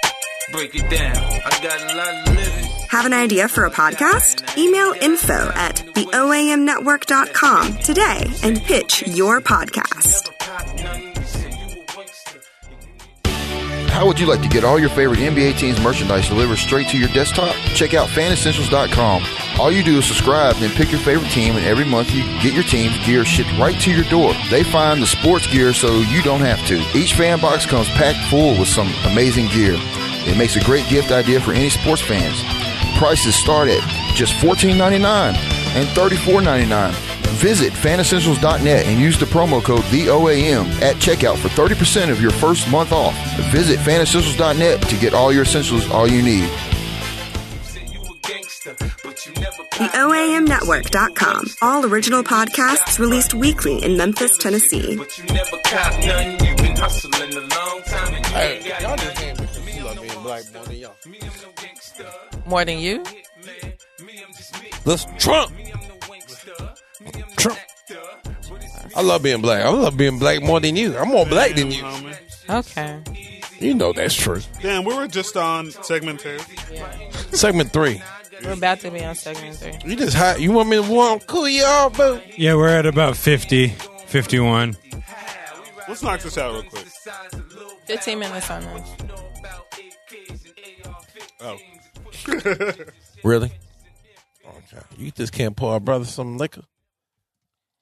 S9: Break it down. I got a lot of living.
S2: Have an idea for a podcast? Email info at theoamnetwork.com today and pitch your podcast.
S9: Never pop none. You say you a wankster.
S10: How would you like to get all your favorite NBA teams merchandise delivered straight to your desktop? Check out fanessentials.com. All you do is subscribe and pick your favorite team, and every month you get your team's gear shipped right to your door. They find the sports gear so you don't have to. Each fan box comes packed full with some amazing gear. It makes a great gift idea for any sports fans. Prices start at just $14.99 and $34.99. Visit fanessentials.net and use the promo code VOAM at checkout for 30% of your first month off. Visit fanessentials.net to get all your essentials all you need.
S9: You say you a gangster, but you never
S2: The
S9: pop none.
S2: OAMnetwork.com. All original podcasts released weekly in Memphis, Tennessee.
S9: But you never cop none. You been hustling a long time and you ain't got
S3: y'all just
S9: none.
S3: can't make me
S9: Me,
S3: love
S9: I'm
S3: being
S9: no
S3: black
S9: monster.
S3: more than y'all.
S9: Me, I'm no gangster.
S4: More than you?
S9: Man, me, I'm just me.
S3: Let's Trump.
S9: Me, I'm no wankster. Me, I'm no
S3: Trump.
S9: actor. But it's me.
S3: I love being black. I love being black more than you. I'm more black than you.
S5: Homie.
S4: Okay.
S3: You know that's true.
S5: Damn, we were just on segment two.
S3: Segment three.
S4: We're about to be on segment three.
S3: You just hot. You want me to warm cool you all, boo?
S6: Yeah, we're at about 50, 51.
S5: Let's knock this out real quick.
S4: 15 minutes on this.
S5: Oh,
S3: Really? Okay. You just can't pour our brother some liquor.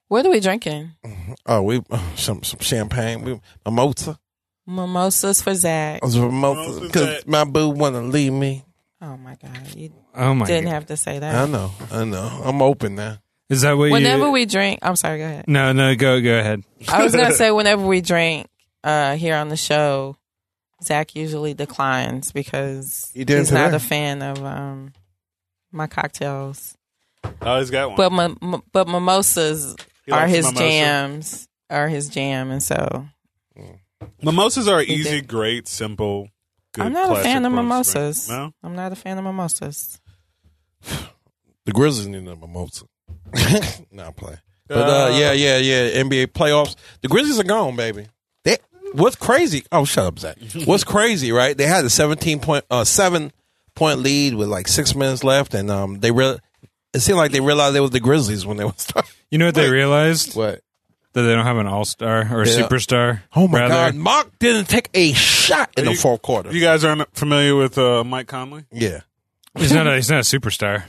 S4: What are we drinking?
S3: Oh, we some some champagne. We mimosa.
S4: Mimosas for Zach.
S3: It
S6: Oh.
S3: was mimosa
S5: Mimosa's
S3: because
S5: that-
S3: my boo want to leave me.
S4: Oh my God. You
S6: Oh my!
S4: didn't
S6: God.
S4: have to say
S3: I
S4: that.
S3: know. I know. I'm open now.
S6: Is that what you?
S4: Whenever we drink, I'm sorry, go ahead.
S6: No, no, go go ahead.
S4: I was gonna say whenever we drink uh, here on the show, Zach usually declines because
S3: He didn't
S4: he's not
S3: today.
S4: a fan of um, my cocktails.
S5: oh he's got one.
S4: But mi- mi- but mimosas
S5: He
S4: are
S5: likes
S4: his
S5: mimosa.
S4: jams, are his jam, and so
S5: Mimosas are
S4: He
S5: easy,
S4: did.
S5: great, simple. Good
S4: I'm not a
S5: classic
S4: fan of
S5: brunch
S4: mimosas.
S5: drink. No,
S4: I'm not a fan of mimosas.
S3: The Grizzlies need a mimosa. nah, I'm playing. But uh, yeah, yeah, yeah. NBA playoffs. The Grizzlies are gone, baby. They, what's crazy? Oh, shut up, Zach. What's crazy? Right? They had a seventeen point, uh, seven point lead with like six minutes left, and um, they real. It seemed like they realized they was the Grizzlies when they was
S6: You know what they realized
S3: what?
S6: that they don't have an all star or a
S3: Yeah.
S6: superstar.
S3: Oh my
S6: rather.
S3: God! Mark didn't take a shot in
S5: Are
S3: the
S5: you-
S3: fourth quarter.
S5: you guys aren't familiar with uh, Mike Conley.
S3: yeah,
S6: He's not a he's not a superstar.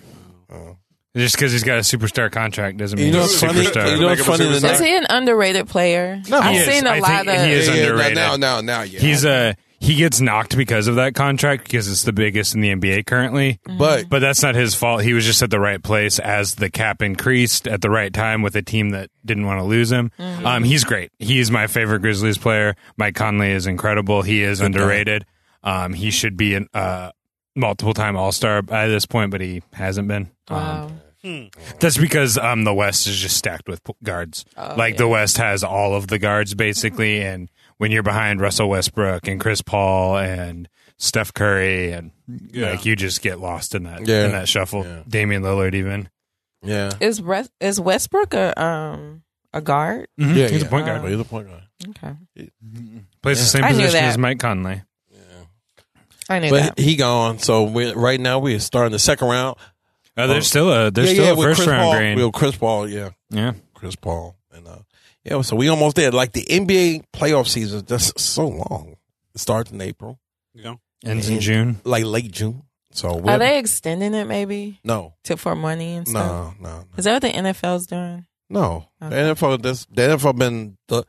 S6: Just because he's got a superstar contract doesn't mean
S3: you know what's
S6: he's a
S3: funny?
S6: superstar.
S3: You know what's
S5: Make him a
S3: funny? The
S5: superstar.
S4: Is
S3: next-
S4: he an underrated player?
S3: No,
S4: I've
S3: he is.
S4: seen a
S6: I
S4: lot
S6: think
S4: of.
S6: he is
S3: yeah, yeah,
S6: underrated.
S3: Now, now, now, yeah.
S6: he's a he gets knocked because of that contract because it's the biggest in the NBA currently.
S4: Mm-hmm.
S3: but
S6: But that's not his fault. He was just at the right place as the cap increased at the right time with a team that didn't want to lose him. Um, he's great. He's my favorite Grizzlies player. Mike Conley is incredible. He is underrated. Um, he should be an uh, multiple time All Star by this point, but he hasn't been.
S4: Wow.
S6: Um, That's because um, the West is just stacked with p- guards.
S4: Oh,
S6: like the West has all of the guards basically,
S4: Mm-hmm.
S6: and when you're behind Russell Westbrook and Chris Paul and Steph Curry, and
S5: Yeah.
S6: like you just get lost in that
S3: Yeah.
S6: in that shuffle.
S3: Yeah.
S6: Damian Lillard even.
S3: yeah,
S4: Is Re- is Westbrook a um a guard?
S3: yeah,
S6: Mm-hmm. He's
S3: yeah.
S6: a point guard.
S3: Oh, He's a point guard.
S4: Okay,
S6: Plays the same
S4: I knew
S6: position
S4: that.
S6: as Mike Conley.
S4: I knew
S3: But
S4: that.
S3: he gone. So we right now we are starting the second round.
S6: Oh, there's
S3: Oh.
S6: still a there's
S3: yeah,
S6: still
S3: yeah,
S6: a
S3: with
S6: first
S3: Chris
S6: round
S3: Paul.
S6: grade.
S3: With Chris Paul, yeah,
S6: yeah.
S3: Chris Paul, and uh, yeah. So we almost there. Like the NBA playoff season, that's so long. It starts in April,
S5: You know,
S6: Ends in
S3: And-
S6: June.
S3: like late June. So we're,
S4: Are they extending it maybe
S3: No,
S4: to for money and stuff?
S3: no, no,
S4: Is that what the NFL's doing?
S3: no.
S4: Okay.
S3: The NFL, this, the NFL been the,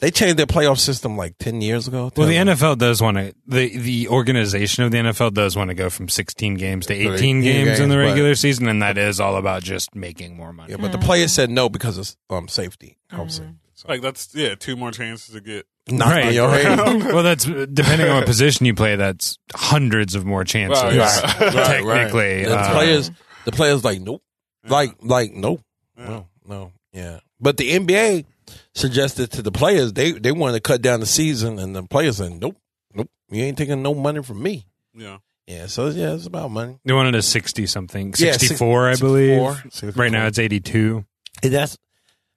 S3: they changed their playoff system like ten years ago.
S6: Well, the
S3: Ten-
S6: NFL does want to the the organization of the NFL does want to go from 16 games to 18
S3: 18
S6: games, in
S3: games,
S6: the
S3: but-
S6: regular season, and that is all about just making more money.
S3: Yeah, but the
S4: Mm-hmm.
S3: players said no because of um safety. health safety. So,
S5: like that's yeah, two more chances to get.
S3: knocked on your head.
S6: well, that's uh, depending on what position you play. That's hundreds of more chances.
S5: Right, right, right, right.
S6: Technically,
S3: the
S6: uh,
S3: players, the players, like nope, like like nope,
S5: Yeah.
S3: no, no, yeah. But the NBA suggested to the players they they wanted to cut down the season, and the players said nope, nope, you ain't taking no money from me.
S5: Yeah,
S3: Yeah, so yeah, it's about money.
S6: They wanted a 60 something,
S3: Yeah, six-
S6: 64, I
S3: 64,
S6: believe.
S3: 64.
S6: Right now it's 82.
S3: Hey, That's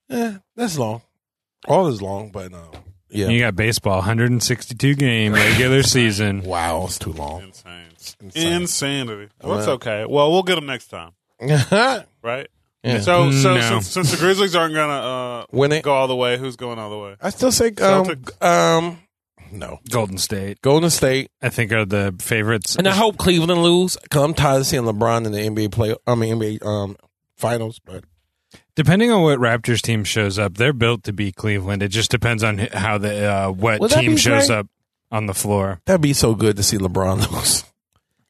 S3: eh, that's long. All is long, but um, yeah.
S6: And you got baseball, 162 game regular season.
S3: wow, it's too long.
S5: Insane.
S3: Insane.
S5: Insanity. Well, it's
S3: Well-
S5: okay. Well, we'll get them next time, right?
S3: Yeah.
S5: So, so
S6: No.
S5: since, since the Grizzlies aren't gonna uh,
S3: Win it.
S5: go all the way, who's going all the way?
S3: I still say um,
S5: Celtics.
S3: um no
S6: Golden State,
S3: Golden State,
S6: I think, are the favorites.
S3: and I hope Cleveland lose because I'm tired of seeing LeBron in the NBA play. I mean NBA um finals, but
S6: Depending on what Raptors team shows up, they're built to beat Cleveland. It just depends on h- how the uh, what
S3: Would that
S6: team
S3: be
S6: shows
S3: great?
S6: up on the floor.
S3: that'd be so good to see LeBron lose.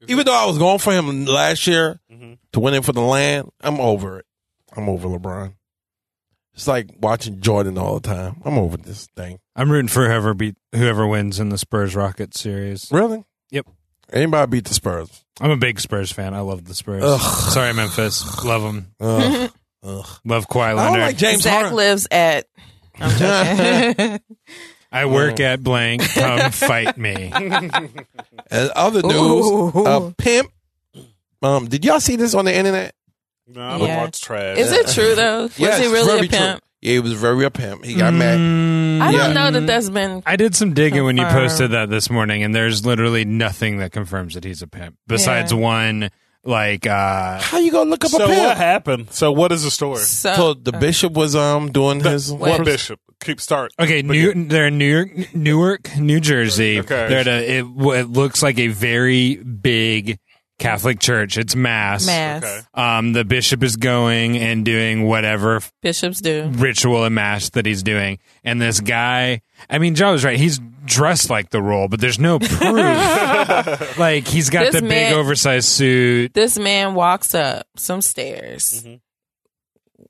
S3: Even though I was going for him last year
S6: Mm-hmm.
S3: to win it for the land, I'm over it. I'm over LeBron. It's like watching Jordan all the time. I'm over this thing.
S6: I'm rooting for whoever beat whoever wins in the Spurs Rockets series.
S3: Really?
S6: Yep.
S3: Anybody beat the Spurs?
S6: I'm a big Spurs fan. I love the Spurs.
S3: Ugh.
S6: Sorry, Memphis. Love them.
S3: Ugh. Ugh.
S6: Love Kawhi
S3: I don't
S6: Leonard.
S3: like James
S4: Zach
S3: Harden.
S4: lives at. I'm joking.
S6: I work at blank. Come fight me.
S3: And other news,
S4: Ooh.
S3: a pimp. Um, did y'all see this on the internet?
S5: No, I don't
S4: Yeah.
S5: watch trash.
S4: Is it true though? Was
S3: Yes,
S4: he
S3: it's
S4: really
S3: very
S4: a pimp?
S3: True. Yeah, he was very a pimp. He got mad.
S6: Mm,
S4: I don't
S3: Yeah. Mm-hmm.
S4: know that that's been.
S6: I did some digging when you
S4: Confirm.
S6: posted that this morning, and there's literally nothing that confirms that he's a pimp besides one like uh,
S3: How you gonna look up
S5: So
S3: a
S5: what
S3: pimp?
S5: happened? So what is the story?
S4: So, uh,
S3: so the bishop was um doing his
S5: What bishop? Keep start.
S6: Okay, New, they're in New York, Newark, New Jersey.
S5: Okay.
S6: They're at a, it, w- it looks like a very big Catholic church. It's mass.
S4: mass
S5: Okay.
S6: Um, the bishop is going and doing whatever f-
S4: bishops do.
S3: Mm-hmm.
S6: ritual and mass that he's doing, and this guy. I mean, Joe was right. He's dressed like the role, but there's no proof. like he's got
S4: This
S6: the big
S4: man-
S6: oversized suit.
S4: This man walks up some stairs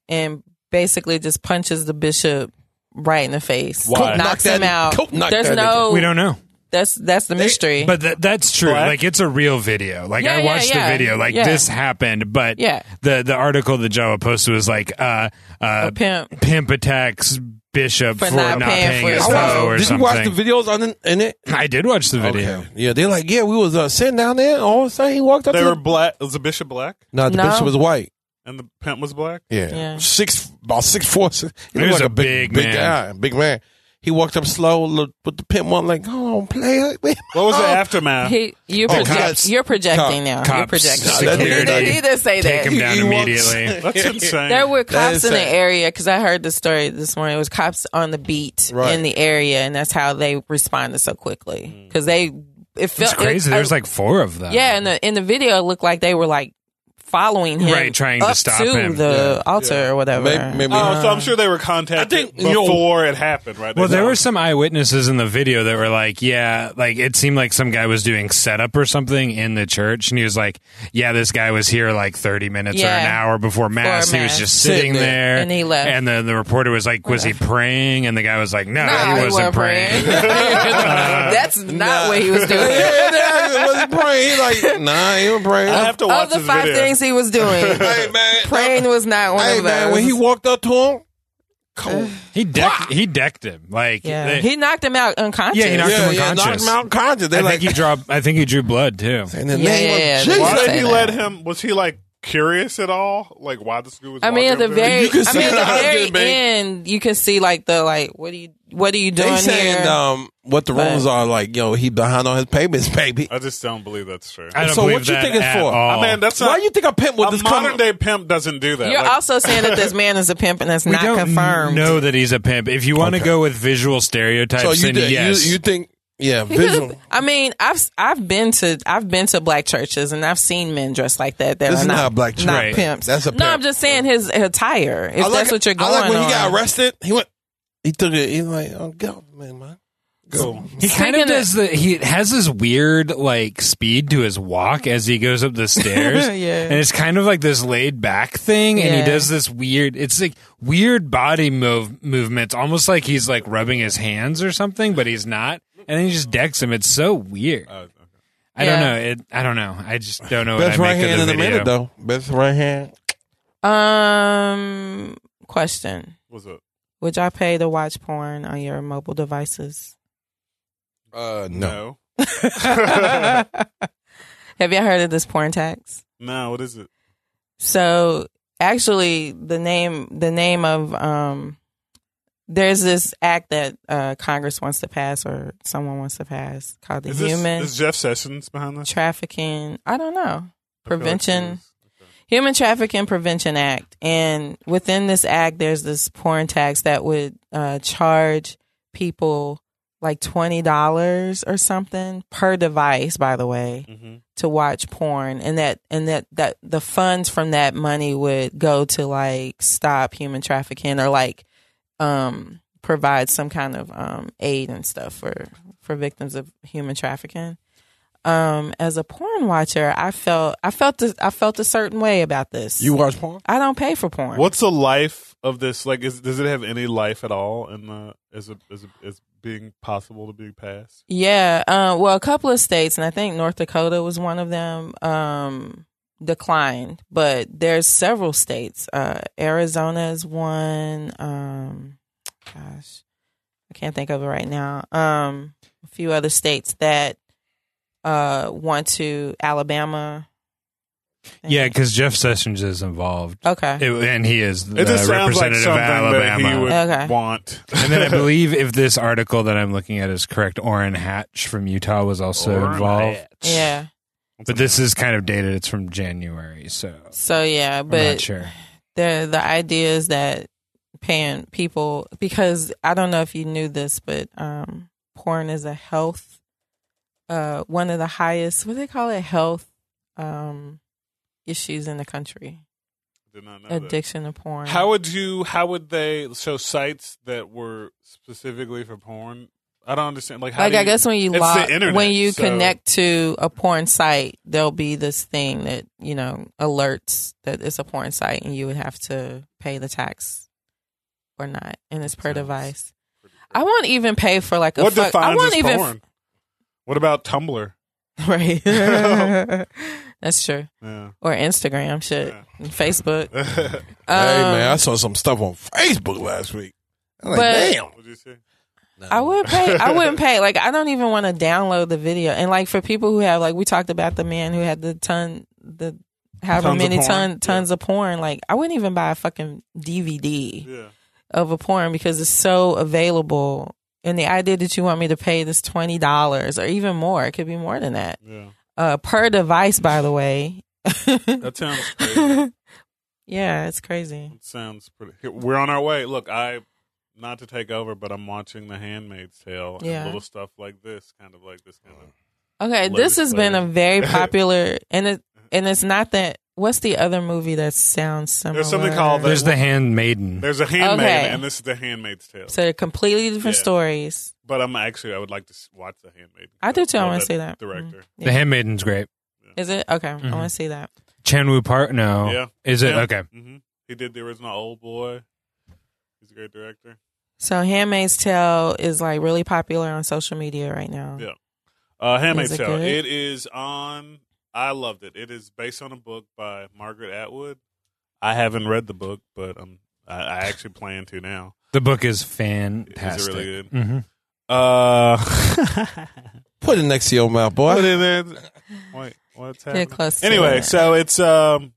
S4: and basically just punches the bishop right in the face.
S5: Why? Cope
S4: Knocks
S3: knock
S4: him
S3: that-
S4: out.
S3: cope knock
S4: There's
S3: that
S4: no.
S6: We don't know.
S4: That's that's the mystery.
S6: But th- that's true.
S5: Black?
S6: Like it's a real video. Like
S4: Yeah,
S6: I
S4: yeah,
S6: watched
S4: yeah.
S6: the video. Like
S4: Yeah.
S6: this happened. But
S4: Yeah.
S6: the the article that Java posted was like uh, uh,
S4: a Oh, pimp.
S6: pimp attacks bishop for, not, paying,
S4: for
S6: his
S4: his
S6: foe
S4: foe.
S6: or
S3: Did
S6: something.
S3: you watch the videos on the, in it?
S6: I did watch the video.
S3: Yeah, they're like, yeah, we was uh, sitting down there, and all of a sudden he walked up.
S5: They
S3: to
S5: were
S3: the,
S5: black. Was the bishop black?
S3: no, the
S4: No.
S3: bishop was white.
S5: And the pimp was black.
S3: Yeah.
S4: Yeah.
S3: Six about six four. Six, he
S6: He
S3: looked
S6: was
S3: like
S6: a
S3: a big,
S6: big
S3: big
S6: man.
S3: guy, big man. He walked up slow, looked, with the pimp one like, "Go on, player." What
S5: What was the aftermath?
S4: Oh. He, you're,
S3: Oh,
S4: project-
S3: cops.
S4: you're
S3: Cop-
S4: projecting now. You're
S6: cops,
S4: projecting.
S3: security.
S4: He didn't say
S6: Take
S4: that.
S6: him down
S3: He walks-
S6: immediately.
S5: That's insane.
S4: There were
S3: That is
S4: cops in the
S3: sad.
S4: area because I heard the story this morning. It was cops on the beat
S3: Right.
S4: in the area, and that's how they responded so quickly
S5: Mm.
S4: because they it felt
S6: It's crazy.
S4: it-
S6: There's
S4: uh,
S6: like four of them.
S4: yeah, in the in the video, it looked like they were like following him,
S6: Right, trying to
S4: up
S6: stop
S4: to
S6: him.
S4: the altar or whatever.
S3: Maybe- maybe-
S5: Oh, so I'm sure they were contacted
S3: I think, you know-
S5: before it happened, right?
S6: Well,
S5: They
S6: there
S5: were-
S6: were some eyewitnesses in the video that were like, yeah, like it seemed like some guy was doing setup or something in the church. And he was like, yeah, this guy was here like 30 minutes or an
S4: Yeah.
S6: hour before Mass. He was
S4: Mass.
S6: just
S3: Sitting
S6: sitting
S3: there.
S6: there.
S4: And he left.
S6: And then the reporter was like, was he praying? And the guy was like, no,
S4: Nah,
S6: he wasn't praying.
S4: that's not what he was doing.
S3: yeah, that was he praying. He like, nah, he was praying.
S5: I have to watch
S4: Of the
S5: this
S4: five
S5: video.
S4: things he was doing,
S3: hey man,
S4: praying was not one
S3: hey
S4: of
S3: man,
S4: those.
S3: when he walked up to him, cold.
S6: he, decked, he decked him. Like,
S4: yeah,
S6: they-
S4: he knocked him out unconscious.
S6: Yeah, he knocked
S3: yeah,
S6: him
S3: yeah, knocked
S6: unconscious.
S3: him out conscious. They're
S6: I,
S3: like,
S6: think he drew, I think he drew blood too.
S3: in the
S4: Yeah,
S3: name
S4: yeah, yeah,
S3: of
S4: they
S3: Jesus.
S5: Why
S4: Say
S5: did he
S4: that.
S5: let him? Was he like curious at all? Like why this dude was?
S4: I mean,
S5: walking
S4: at the
S5: up there?
S4: very,
S3: You can
S4: I
S3: see
S4: mean, at
S3: how
S4: the
S3: it's
S4: very
S3: gonna be.
S4: end, you can see like the like, what are you, what are you doing
S3: They
S4: here?
S3: saying um, what the
S4: But-
S3: rules are. Like, yo, he behind on his payments, baby.
S5: I just don't believe that's true.
S6: I don't
S3: So what
S6: believe
S3: you
S6: that
S3: think it's
S6: at
S3: for?
S6: all.
S5: I mean, that's
S3: Why
S5: not,
S3: do you think a pimp with
S5: a
S3: this
S5: modern
S3: coming?
S5: day pimp doesn't do that.
S4: You're
S5: Like,
S4: also saying that this man is a pimp and that's
S6: we
S4: not
S6: don't
S4: confirmed.
S6: know that he's a pimp. If you want to go with visual stereotypes,
S3: So you,
S6: then
S3: did,
S6: yes.
S3: you you think? Yeah,
S4: He could've-
S3: visual.
S4: I mean, I've I've been to I've been to black churches and I've seen men dressed like that. That
S3: This
S4: are
S3: is
S4: not,
S3: not a black church.
S4: not
S6: Right.
S4: pimps.
S3: That's a
S4: No,
S3: pimp.
S4: I'm just saying his attire. If
S3: I like,
S4: that's what
S3: I
S4: you're going
S3: like when
S4: on.
S3: he got arrested. He went. He took it. He's like, oh, go, man, man. Go.
S6: He kind
S4: Speaking
S6: of
S4: of-
S6: does the. He has this weird like speed to his walk as he goes up the stairs,
S4: Yeah.
S6: and it's kind of like this laid back thing. And he
S4: Yeah.
S6: does this weird. It's like weird body move movements, almost like he's like rubbing his hands or something, but he's not. And then he just decks him. It's so weird.
S5: Oh,
S6: I don't
S4: Yeah.
S6: know. It, I don't know. I just don't know.
S3: Best
S6: what I
S3: right
S6: make
S3: hand
S6: of
S3: in
S6: the
S3: a
S6: video.
S3: minute, though. Best right hand.
S4: um, question:
S5: was it?
S4: Would y'all pay to watch porn on your mobile devices?
S3: Uh, no.
S5: No.
S4: Have y'all heard of this porn tax?
S5: No, what is it?
S4: So actually, the name the name of um, there's this act that uh, Congress wants to pass or someone wants to pass called the
S5: Is this,
S4: Human
S5: is Jeff Sessions behind this?
S4: Trafficking. I don't know
S5: I feel like
S4: prevention.
S5: it is.
S4: Human Trafficking Prevention Act. And within this act, there's this porn tax that would uh, charge people like $20 or something per device, by the way,
S5: Mhm.
S4: to watch porn. And that, and that, that the funds from that money would go to like stop human trafficking or like, um, provide some kind of, um, aid and stuff for, for victims of human trafficking um as a porn watcher i felt i felt this, i felt a certain way about this
S3: You watch porn?
S4: i don't pay for porn
S5: What's the life of this? Like, is, does it have any life at all? In the as a, as a, as being possible to be passed?
S4: yeah uh, well a couple of states and i think north dakota was one of them um declined but there's several states uh arizona is one um gosh i can't think of it right now um a few other states that uh want to alabama
S6: Yeah, because Jeff Sessions is involved,
S4: okay
S6: It- and he is the
S5: It just sounds like
S6: representative
S5: something
S6: of Alabama.
S5: that he would
S4: Okay.
S5: want.
S6: and then I believe if this article that I'm looking at is correct, Orrin Hatch from Utah was also
S5: Orrin
S6: involved.
S4: yeah
S6: But this is kind of dated. It's from January, so
S4: so yeah
S6: I'm
S4: but
S6: not sure.
S4: the the idea is that paying people because I don't know if you knew this, but um, porn is a health uh one of the highest what do they call it health um issues in the country
S5: Did not know that.
S4: addiction to porn
S5: How would you? How would they? So sites that were specifically for porn. I don't understand. Like, how
S4: like
S5: do
S4: I
S5: you-
S4: guess when you
S5: it's the
S4: log,
S5: internet,
S4: when you
S5: so-
S4: connect to a porn site, there'll be this thing that you know alerts that it's a porn site, and you would have to pay the tax or not, and it's per
S5: Sounds
S4: device.
S5: pretty
S4: I won't even pay for like a
S5: what
S4: fuck. I
S5: defines
S4: won't
S5: as
S4: even
S5: porn? What about Tumblr?
S4: right. That's true.
S5: Yeah.
S4: Or Instagram, shit,
S5: Yeah.
S4: and Facebook.
S3: hey
S4: Um,
S3: man, I saw some stuff on Facebook last week. I'm like,
S4: But-
S3: damn.
S5: What'd you say?
S4: I would pay. I wouldn't pay. Like I don't even want to download the video. And like for people who have, like we talked about the man who had the ton, the however
S5: Tons of
S4: many
S5: porn.
S4: ton tons of porn. Like I wouldn't even buy a fucking DVD
S5: Yeah.
S4: of a porn because it's so available. And the idea that you want me to pay this twenty dollars or even more, it could be more than that
S5: Yeah.
S4: uh, per device. By the way,
S5: That sounds crazy.
S4: yeah, it's crazy.
S5: It sounds pretty. We're on our way. Look, I not to take over, but I'm watching The Handmaid's Tale
S4: Yeah.
S5: and little stuff like this, kind of like this kind of.
S4: Okay, this has been a
S5: legislative.
S4: very popular, and it and it's not that. What's the other movie that sounds similar?
S5: There's something called uh,
S6: There's the handmaiden.
S5: There's a handmaid,
S4: Okay.
S5: and this is The Handmaid's Tale.
S4: So they're completely different
S5: Yeah.
S4: stories.
S5: but I'm actually, I would like to s- watch The Handmaid.
S4: I do too. I
S5: Love
S4: want to see that
S5: Oh, director.
S4: Mhm.
S6: The handmaiden's great.
S4: Is it okay?
S6: Mhm.
S4: I want to see that.
S6: Chan Wu Park? No,
S5: Yeah.
S6: is it
S5: Yeah.
S6: okay?
S5: hmm He did the original Old Boy. He's a great director.
S4: So Handmaid's Tale is like really popular on social media right now.
S5: Yeah. Uh, Handmaid's
S4: Is it
S5: Tale.
S4: good?
S5: It is on. I loved it. It is based on a book by Margaret Atwood. I haven't read the book, but um, I, I actually plan to now.
S6: The book is fantastic.
S5: good?
S6: hmm
S5: Uh,
S3: Put it next to your mouth, boy.
S5: what is it? Wait, what's happening?
S4: close to
S5: anyway,
S4: it.
S5: so it's um,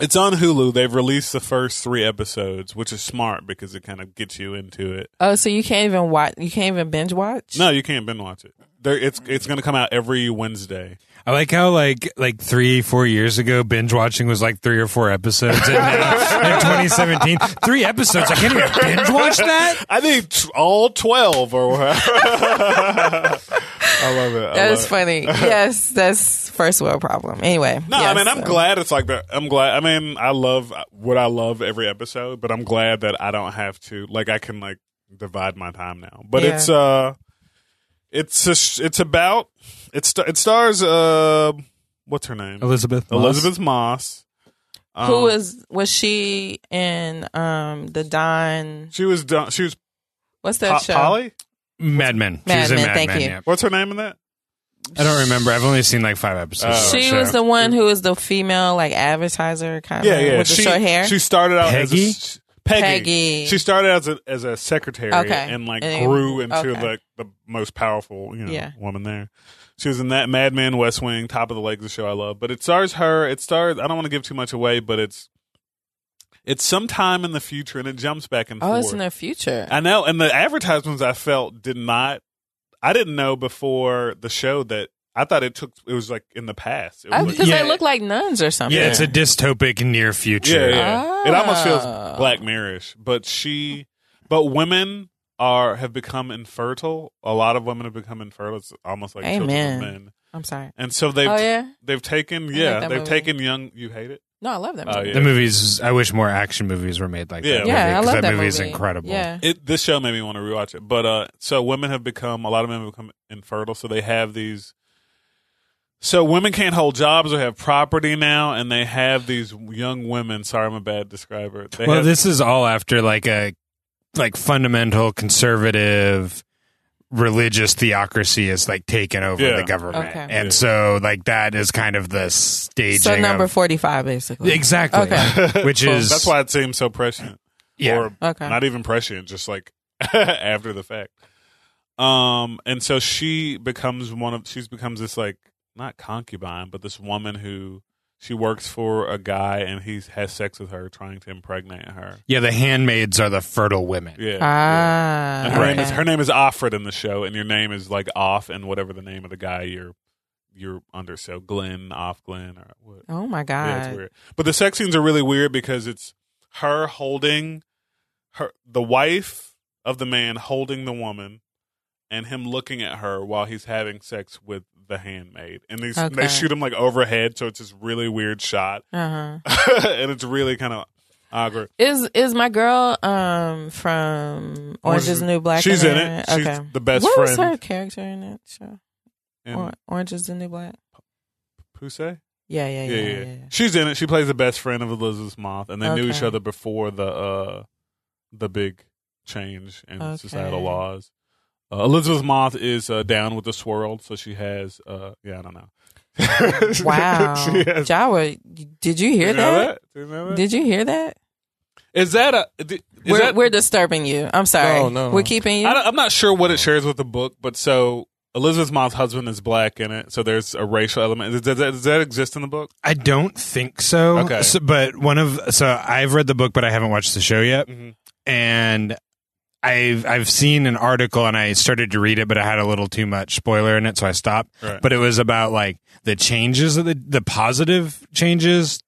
S5: it's on Hulu. They've released the first three episodes, which is smart because it kind of gets you into it.
S4: Oh, so you can't even watch? You can't even binge watch?
S5: No, you can't binge watch it. There, it's it's going to come out every Wednesday.
S6: I like how like like three four years ago binge watching was like three or four episodes, and now in 2017, three episodes. I can't even binge watch that.
S5: I think t- all twelve or whatever. I love it. I
S4: that
S5: love
S4: is
S5: it.
S4: funny. yes, that's first world problem. Anyway,
S5: No, I
S4: yes,
S5: mean I'm
S4: so-
S5: glad it's like that. I'm glad. I mean I love what I love every episode, but I'm glad that I don't have to like I can like divide my time now. But
S4: Yeah.
S5: it's uh, it's a, sh- it's about it's it stars uh, what's her name
S6: Elizabeth. Moss.
S5: Elizabeth Moss. Um,
S4: Who was was she in um the Don?
S5: she was done, she was
S4: What's that
S5: po-
S4: show?
S5: Polly.
S6: Mad Men.
S4: Mad
S6: She's in
S4: Men,
S6: Mad
S4: thank
S6: Men.
S4: you.
S6: yeah.
S5: What's her name in that?
S6: I don't remember. I've only seen like five episodes.
S5: Oh.
S6: of that
S4: She
S6: show.
S4: was the one who was the female like advertiser kind
S5: Yeah,
S4: of
S5: yeah.
S4: with the
S5: she,
S4: short hair.
S5: She started out as a
S6: Peggy?
S5: s- Peggy.
S4: Peggy.
S5: She started as a as a secretary
S4: Okay.
S5: and like
S4: And then-
S5: grew into
S4: okay.
S5: like the most powerful, you know,
S4: Yeah.
S5: woman there. She was in that Mad Men, West Wing, Top of the Lake, the show I love. But it stars her. It stars. I don't want to give too much away, but it's it's sometime in the future, and it jumps back and
S4: Oh,
S5: forth.
S4: it's in the future.
S5: I know, and the advertisements I felt did not. I didn't know before the show that I thought it took. It was like in the past. It was like-
S4: Because
S6: Yeah.
S4: they look like nuns or something.
S6: Yeah, it's a dystopic near
S5: Yeah,
S6: future.
S5: yeah. It almost feels
S4: Ah.
S5: Black Mirrorish, but she, but women are have become infertile. A lot of women have become infertile. It's almost like
S4: Amen.
S5: children of men,
S4: I'm sorry.
S5: and so they've
S4: Oh, yeah?
S5: they've taken
S4: like
S5: yeah
S4: that
S5: they've
S4: movie.
S5: taken young. You hate it?
S4: No, I love that
S5: Oh,
S4: movie.
S6: The movies. I wish more action movies were made like
S5: Yeah.
S6: that.
S5: Yeah,
S6: movie,
S4: I
S6: 'cause
S4: love that
S6: movie. is
S4: movie.
S6: incredible.
S4: Yeah.
S5: It this show made me want to rewatch it. But uh, so women have become a lot of women have become infertile, so they have these. So women can't hold jobs or have property now, and they have these young women. Sorry, I'm a bad describer. They
S6: Well,
S5: have,
S6: this is all after like a like fundamental conservative religious theocracy is like taken over
S5: Yeah.
S6: the government,
S4: Okay.
S6: and so like that is kind of the staging.
S4: So number
S6: of,
S4: 45, basically.
S6: exactly,
S4: Okay.
S6: which
S5: Well,
S6: is
S5: that's why it seems so prescient.
S6: Yeah.
S5: Or
S4: Okay.
S5: not even prescient, just like after the fact. Um, and so she becomes one of she's becomes this like not concubine, but this woman who she works for a guy and he's has sex with her, trying to impregnate her.
S6: yeah. The handmaids are the fertile women.
S5: Yeah. yeah.
S4: Ah.
S5: And her,
S6: Right.
S5: name is,
S4: okay.
S5: her name is Offred in the show, and your name is like Off and whatever the name of the guy you're you're under. So Glenn, Off Glenn, or what?
S4: Oh, my
S5: Yeah, it's
S4: God.
S5: weird. But the sex scenes are really weird because it's her holding her the wife of the man holding the woman and him looking at her while he's having sex with the handmaid. And these
S4: Okay.
S5: they shoot him like overhead, so it's this really weird shot.
S4: uh-huh.
S5: and it's really kind of awkward.
S4: Is is my girl um from
S5: Orange
S4: Orange
S5: is-
S4: is the New Black?
S5: she's
S4: in
S5: in
S4: there?
S5: it. She's
S4: Okay.
S5: the best
S4: What was
S5: friend.
S4: her character in that show? Or,
S5: And
S4: Orange is the New Black.
S5: Pusey?
S4: Yeah, yeah, yeah, yeah. yeah.
S5: She's in it. She plays the best friend of Elizabeth Moth and they knew each
S4: Okay.
S5: other before the uh the big change in
S4: Okay.
S5: societal laws. Uh, Elizabeth Moth is uh, down with the swirl, so she has. Uh, yeah, I don't know.
S4: Wow,
S5: She has-
S4: Jawa, did you hear
S5: you know
S4: that?
S5: Did you know that?
S4: Did you hear that?
S5: Is that a? di- Is
S4: we're
S5: that, Oh,
S4: we're disturbing you. I'm sorry.
S3: No, no.
S4: We're keeping you.
S5: I don't, I'm not sure what it shares with the book, but so Elizabeth Moth's husband is black in it, so there's a racial element. Does that, does that exist in the book?
S6: I don't think so.
S5: Okay.
S6: So- but one of so I've read the book, but I haven't watched the show yet,
S5: Mhm.
S6: and I've I've seen an article and I started to read it, but I had a little too much spoiler in it, so I stopped.
S5: Right.
S6: But it was about like the changes of the the positive changes.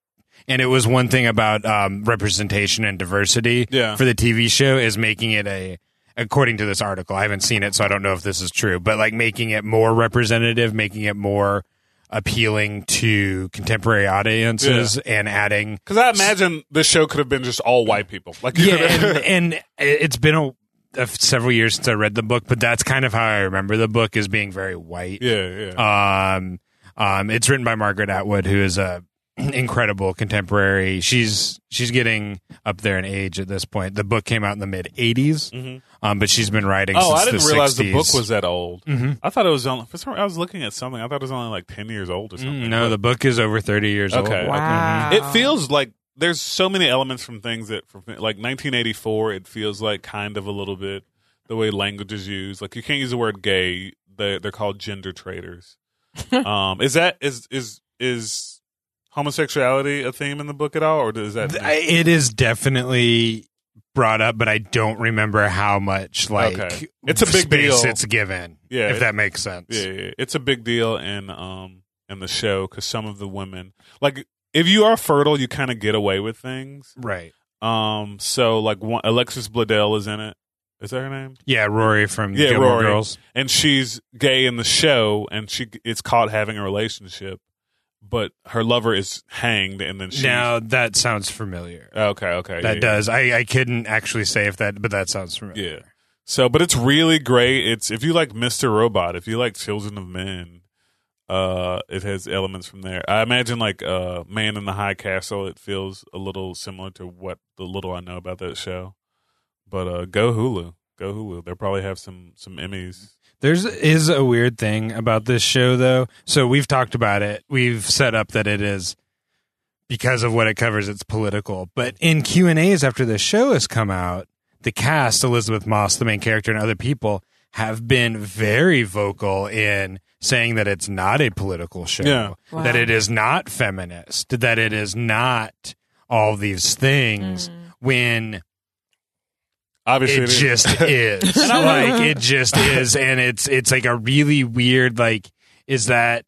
S6: And it was one thing about um, representation and diversity
S5: Yeah.
S6: for the TV show is making it a, according to this article, I haven't seen it, so I don't know if this is true, but like making it more representative, making it more appealing to contemporary audiences and adding
S5: Because I imagine this show could have been just all white people. Like, you
S6: yeah
S5: could have-
S6: and, and it's been a, a f- several years since i read the book but that's kind of how i remember the book as being very white
S5: yeah, yeah.
S6: um um it's written by margaret atwood who is a incredible contemporary she's she's getting up there in age at this point the book came out in the mid 80s um but she's been writing
S5: Mm-hmm. Oh,
S6: since
S5: I didn't
S6: the
S5: realize
S6: 60s.
S5: the book was that old.
S6: Mhm.
S5: I thought it was only. For some, I was looking at something. I thought it was only like ten years old or something.
S6: Mm, no the book is over 30 years
S5: Mm-hmm. Okay, Mm-hmm.
S6: old
S5: okay.
S4: wow.
S5: But it feels like there's so many elements from things that from like 1984. It feels like kind of a little bit the way language is used. Like you can't use the word gay. They they're called gender traitors. um, is that is is is homosexuality a theme in the book at all, or does that?
S6: Th- I- it is definitely brought up, but I don't remember how much like
S5: Okay. It's a big
S6: space
S5: deal.
S6: it's given.
S5: Yeah,
S6: if
S5: it-
S6: that makes sense.
S5: Yeah, yeah, yeah. it's a big deal in um in the show because some of the women like if you are fertile, you kind of get away with things.
S6: Right.
S5: Um, so like one, Alexis Bledel is in it. Is that her name?
S6: Yeah, Rory from
S5: Yeah,
S6: Mm, Gilmore
S5: Rory.
S6: Girls.
S5: And she's gay in the show, and she it's caught having a relationship, but her lover is hanged, and then she.
S6: Now that sounds familiar.
S5: okay, okay,
S6: that
S5: yeah,
S6: does. I, I couldn't actually say if that, but that sounds
S5: yeah.
S6: familiar.
S5: Yeah. So, but it's really great. It's if you like Mr. Robot, if you like Children of Men, uh, it has elements from there. I imagine like uh, Man in the High Castle. It feels a little similar to what the little I know about that show. But uh, go Hulu, go Hulu. They'll probably have some some Emmys.
S6: There's is a weird thing about this show though. So we've talked about it. We've set up that it is because of what it covers, it's political. But in Q and A's after the show has come out, the cast, Elizabeth Moss, the main character, and other people have been very vocal in saying that it's not a political show,
S5: Yeah.
S4: Wow.
S6: that it is not feminist, that it is not all these things. When
S5: Obviously,
S6: it just is like it just is and it's it's like a really weird like is that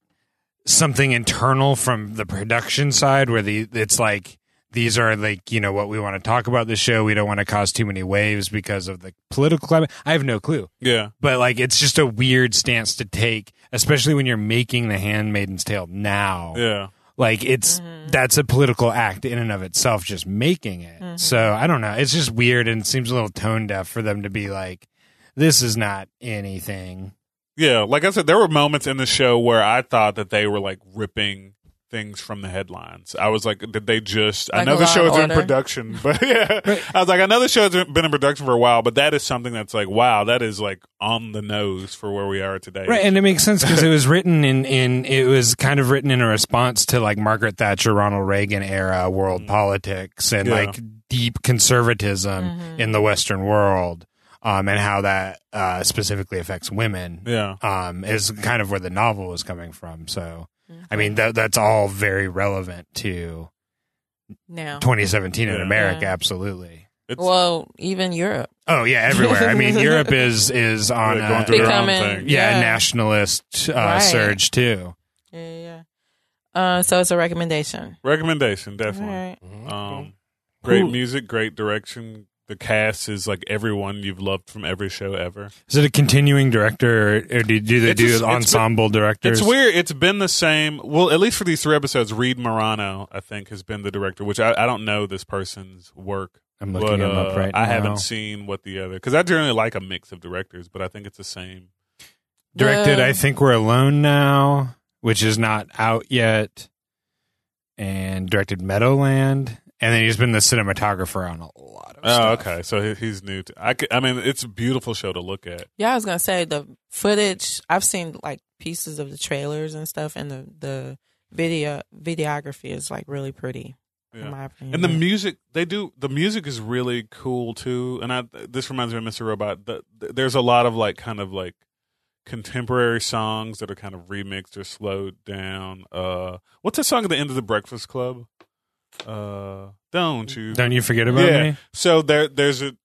S6: something internal from the production side where the it's like these are like you know what we want to talk about the show we don't want to cause too many waves because of the political climate i have no clue
S5: yeah.
S6: but like it's just a weird stance to take especially when you're making the handmaiden's tale now
S5: Yeah.
S6: like it's that's a political act in and of itself, just making it. So I don't know. It's just weird and it seems a little tone deaf for them to be like, this is not anything.
S5: Yeah. Like I said, there were moments in the show where I thought that they were like ripping things from the headlines. I was like, did they just. I
S4: Like
S5: know
S4: a
S5: the
S4: Law
S5: show
S4: and
S5: has been in
S4: Order?
S5: production, but yeah. I was like, I know the show has been in production for a while, but that is something that's like, wow, that is like on the nose for where we are today.
S6: Right. And it makes sense because it was written in, in, it was kind of written in a response to like Margaret Thatcher, Ronald Reagan era world politics and
S5: Yeah.
S6: like deep conservatism in the Western world um, and how that uh, specifically affects women.
S5: Yeah.
S6: um, is kind of where the novel was coming from. So, I mean, that, that's all very relevant to
S4: now.
S6: 2017 in
S5: Yeah.
S6: America,
S4: Yeah.
S6: absolutely.
S5: It's
S4: Well, even Europe.
S6: Oh yeah, everywhere. I mean, Europe is is on
S5: really going
S6: a,
S5: through their own
S4: Becoming-
S5: thing.
S6: yeah,
S4: Yeah.
S6: nationalist uh,
S4: Right.
S6: surge too.
S4: Yeah, yeah. yeah. Uh, so it's a recommendation.
S5: Recommendation,
S4: All
S5: definitely.
S4: right.
S6: Mm-hmm.
S5: Um, great
S6: Who-
S5: music, great direction. The cast is like everyone you've loved from every show ever.
S6: Is it a continuing director, or, or do, do they
S5: It's
S6: do
S5: just- it's
S6: ensemble directors?
S5: It's weird. It's been the same. Well, at least for these three episodes, Reed Morano, I think, has been the director, which I, I don't know this person's work. uh,
S6: I'm looking him up right
S5: I
S6: now.
S5: haven't seen what the other because I generally like a mix of directors, but I think it's the same.
S6: Directed,
S4: The-
S6: I think we're alone now, which is not out yet, and directed Meadowland, and then he's been the cinematographer on a lot of.
S5: Oh, okay. So he, he's new. To, I, c- I mean, it's a beautiful show to look at.
S4: Yeah, I was gonna say the footage. I've seen like pieces of the trailers and stuff, and the the video videography is like really pretty.
S5: Yeah.
S4: In my opinion,
S5: And the music they do, the music is really cool too. And I this reminds me of Mr. Robot. The, the- there's a lot of like kind of like contemporary songs that are kind of remixed or slowed down. Uh, what's that song at the end of the Breakfast Club? Uh, don't you?
S6: Don't you forget about
S5: yeah.
S6: me?
S5: So there, there's a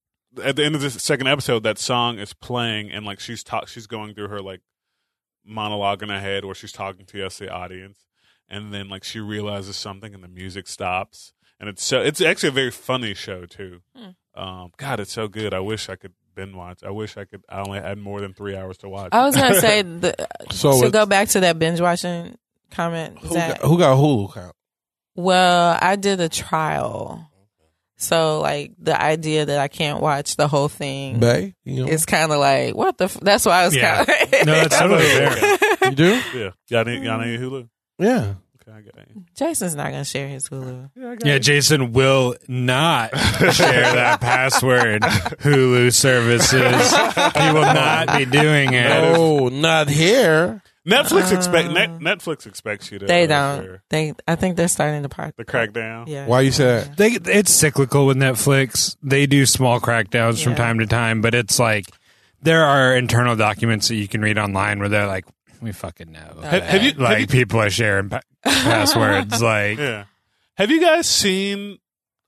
S5: at the end of the second episode, that song is playing, and like she's talk, she's going through her like monologue in her head where she's talking to us, the audience, and then like she realizes something, and the music stops, and it's so it's actually a very funny show too.
S4: Hmm.
S5: Um, God, it's so good. I wish I could binge watch. I wish I could. I only had more than three hours to watch.
S4: I was gonna say the,
S3: So
S4: to
S3: it's-
S4: go back to that binge watching comment.
S3: Who
S4: Zach.
S3: got, who got a Hulu account?
S4: Well, I did a trial, so like the idea that I can't watch the whole thing
S3: Bay? You know?
S4: is kind of like what the. F-? That's why I was
S6: Yeah.
S4: kind
S6: No, that's totally fair.
S3: you do?
S5: yeah, y'all need, y'all need Hulu.
S3: Yeah.
S5: Okay, I got you.
S4: Jason's not gonna share his Hulu.
S5: Yeah, I got
S6: Yeah, Jason will not share that password Hulu services. He will not be doing it.
S3: Oh, not here.
S5: Netflix expect net, Netflix expects you to.
S4: Uh, They
S5: uh,
S4: don't.
S5: share
S4: They. I think they're starting to part.
S5: The crackdown.
S4: Yeah.
S3: Why you say that?
S6: They, it's cyclical with Netflix. They do small crackdowns from
S4: Yeah.
S6: time to time, but it's like there are internal documents that you can read online where they're like, we fucking know.
S5: Have, have you
S6: like
S5: have you,
S6: people are sharing pa- passwords. Like,
S5: Yeah. Have you guys seen?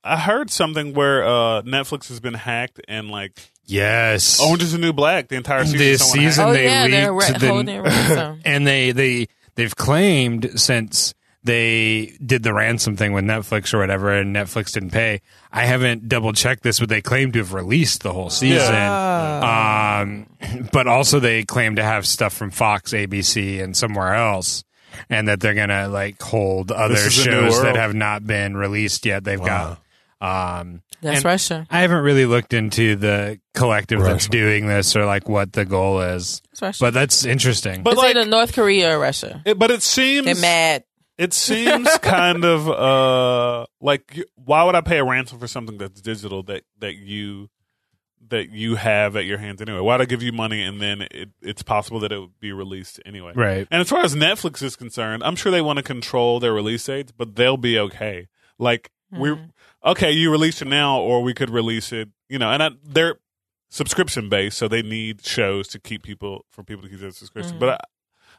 S5: I heard something where uh, Netflix has been hacked and like
S6: yes.
S5: Orange is the New Black. The entire season.
S6: This
S5: someone hacked.
S6: season-
S4: Oh
S6: they
S4: yeah, they're
S6: leaked
S4: re-
S6: the-
S4: holding ransom.
S6: and they they they've claimed since they did the ransom thing with Netflix or whatever, and Netflix didn't pay. I haven't double checked this, but they claim to have released the whole season.
S4: Ah,
S6: Um, but also they claim to have stuff from Fox, ABC, and somewhere else, and that they're gonna like hold other
S5: is the new
S6: shows that
S5: world.
S6: have not been released yet. They've got. Um,
S4: That's
S6: and-
S4: Russia.
S6: I haven't really looked into the collective that's
S3: Right.
S6: doing this or like what the goal is,
S4: That's Russia.
S6: but that's interesting.
S5: But
S4: it's
S5: like,
S4: either North Korea or Russia.
S5: it, but it seems
S4: They're mad.
S5: it seems kind of uh like y- why would I pay a ransom for something that's digital that that you that you have at your hands anyway? Why'd I give you money and then it, it's possible that it would be released anyway?
S6: Right.
S5: And as far as Netflix is concerned, I'm sure they want to control their release dates, but they'll be okay. Like we okay, you release it now, or we could release it. You know, and I, they're subscription based, so they need shows to keep people for people to keep their subscription.
S4: Mm.
S5: But I,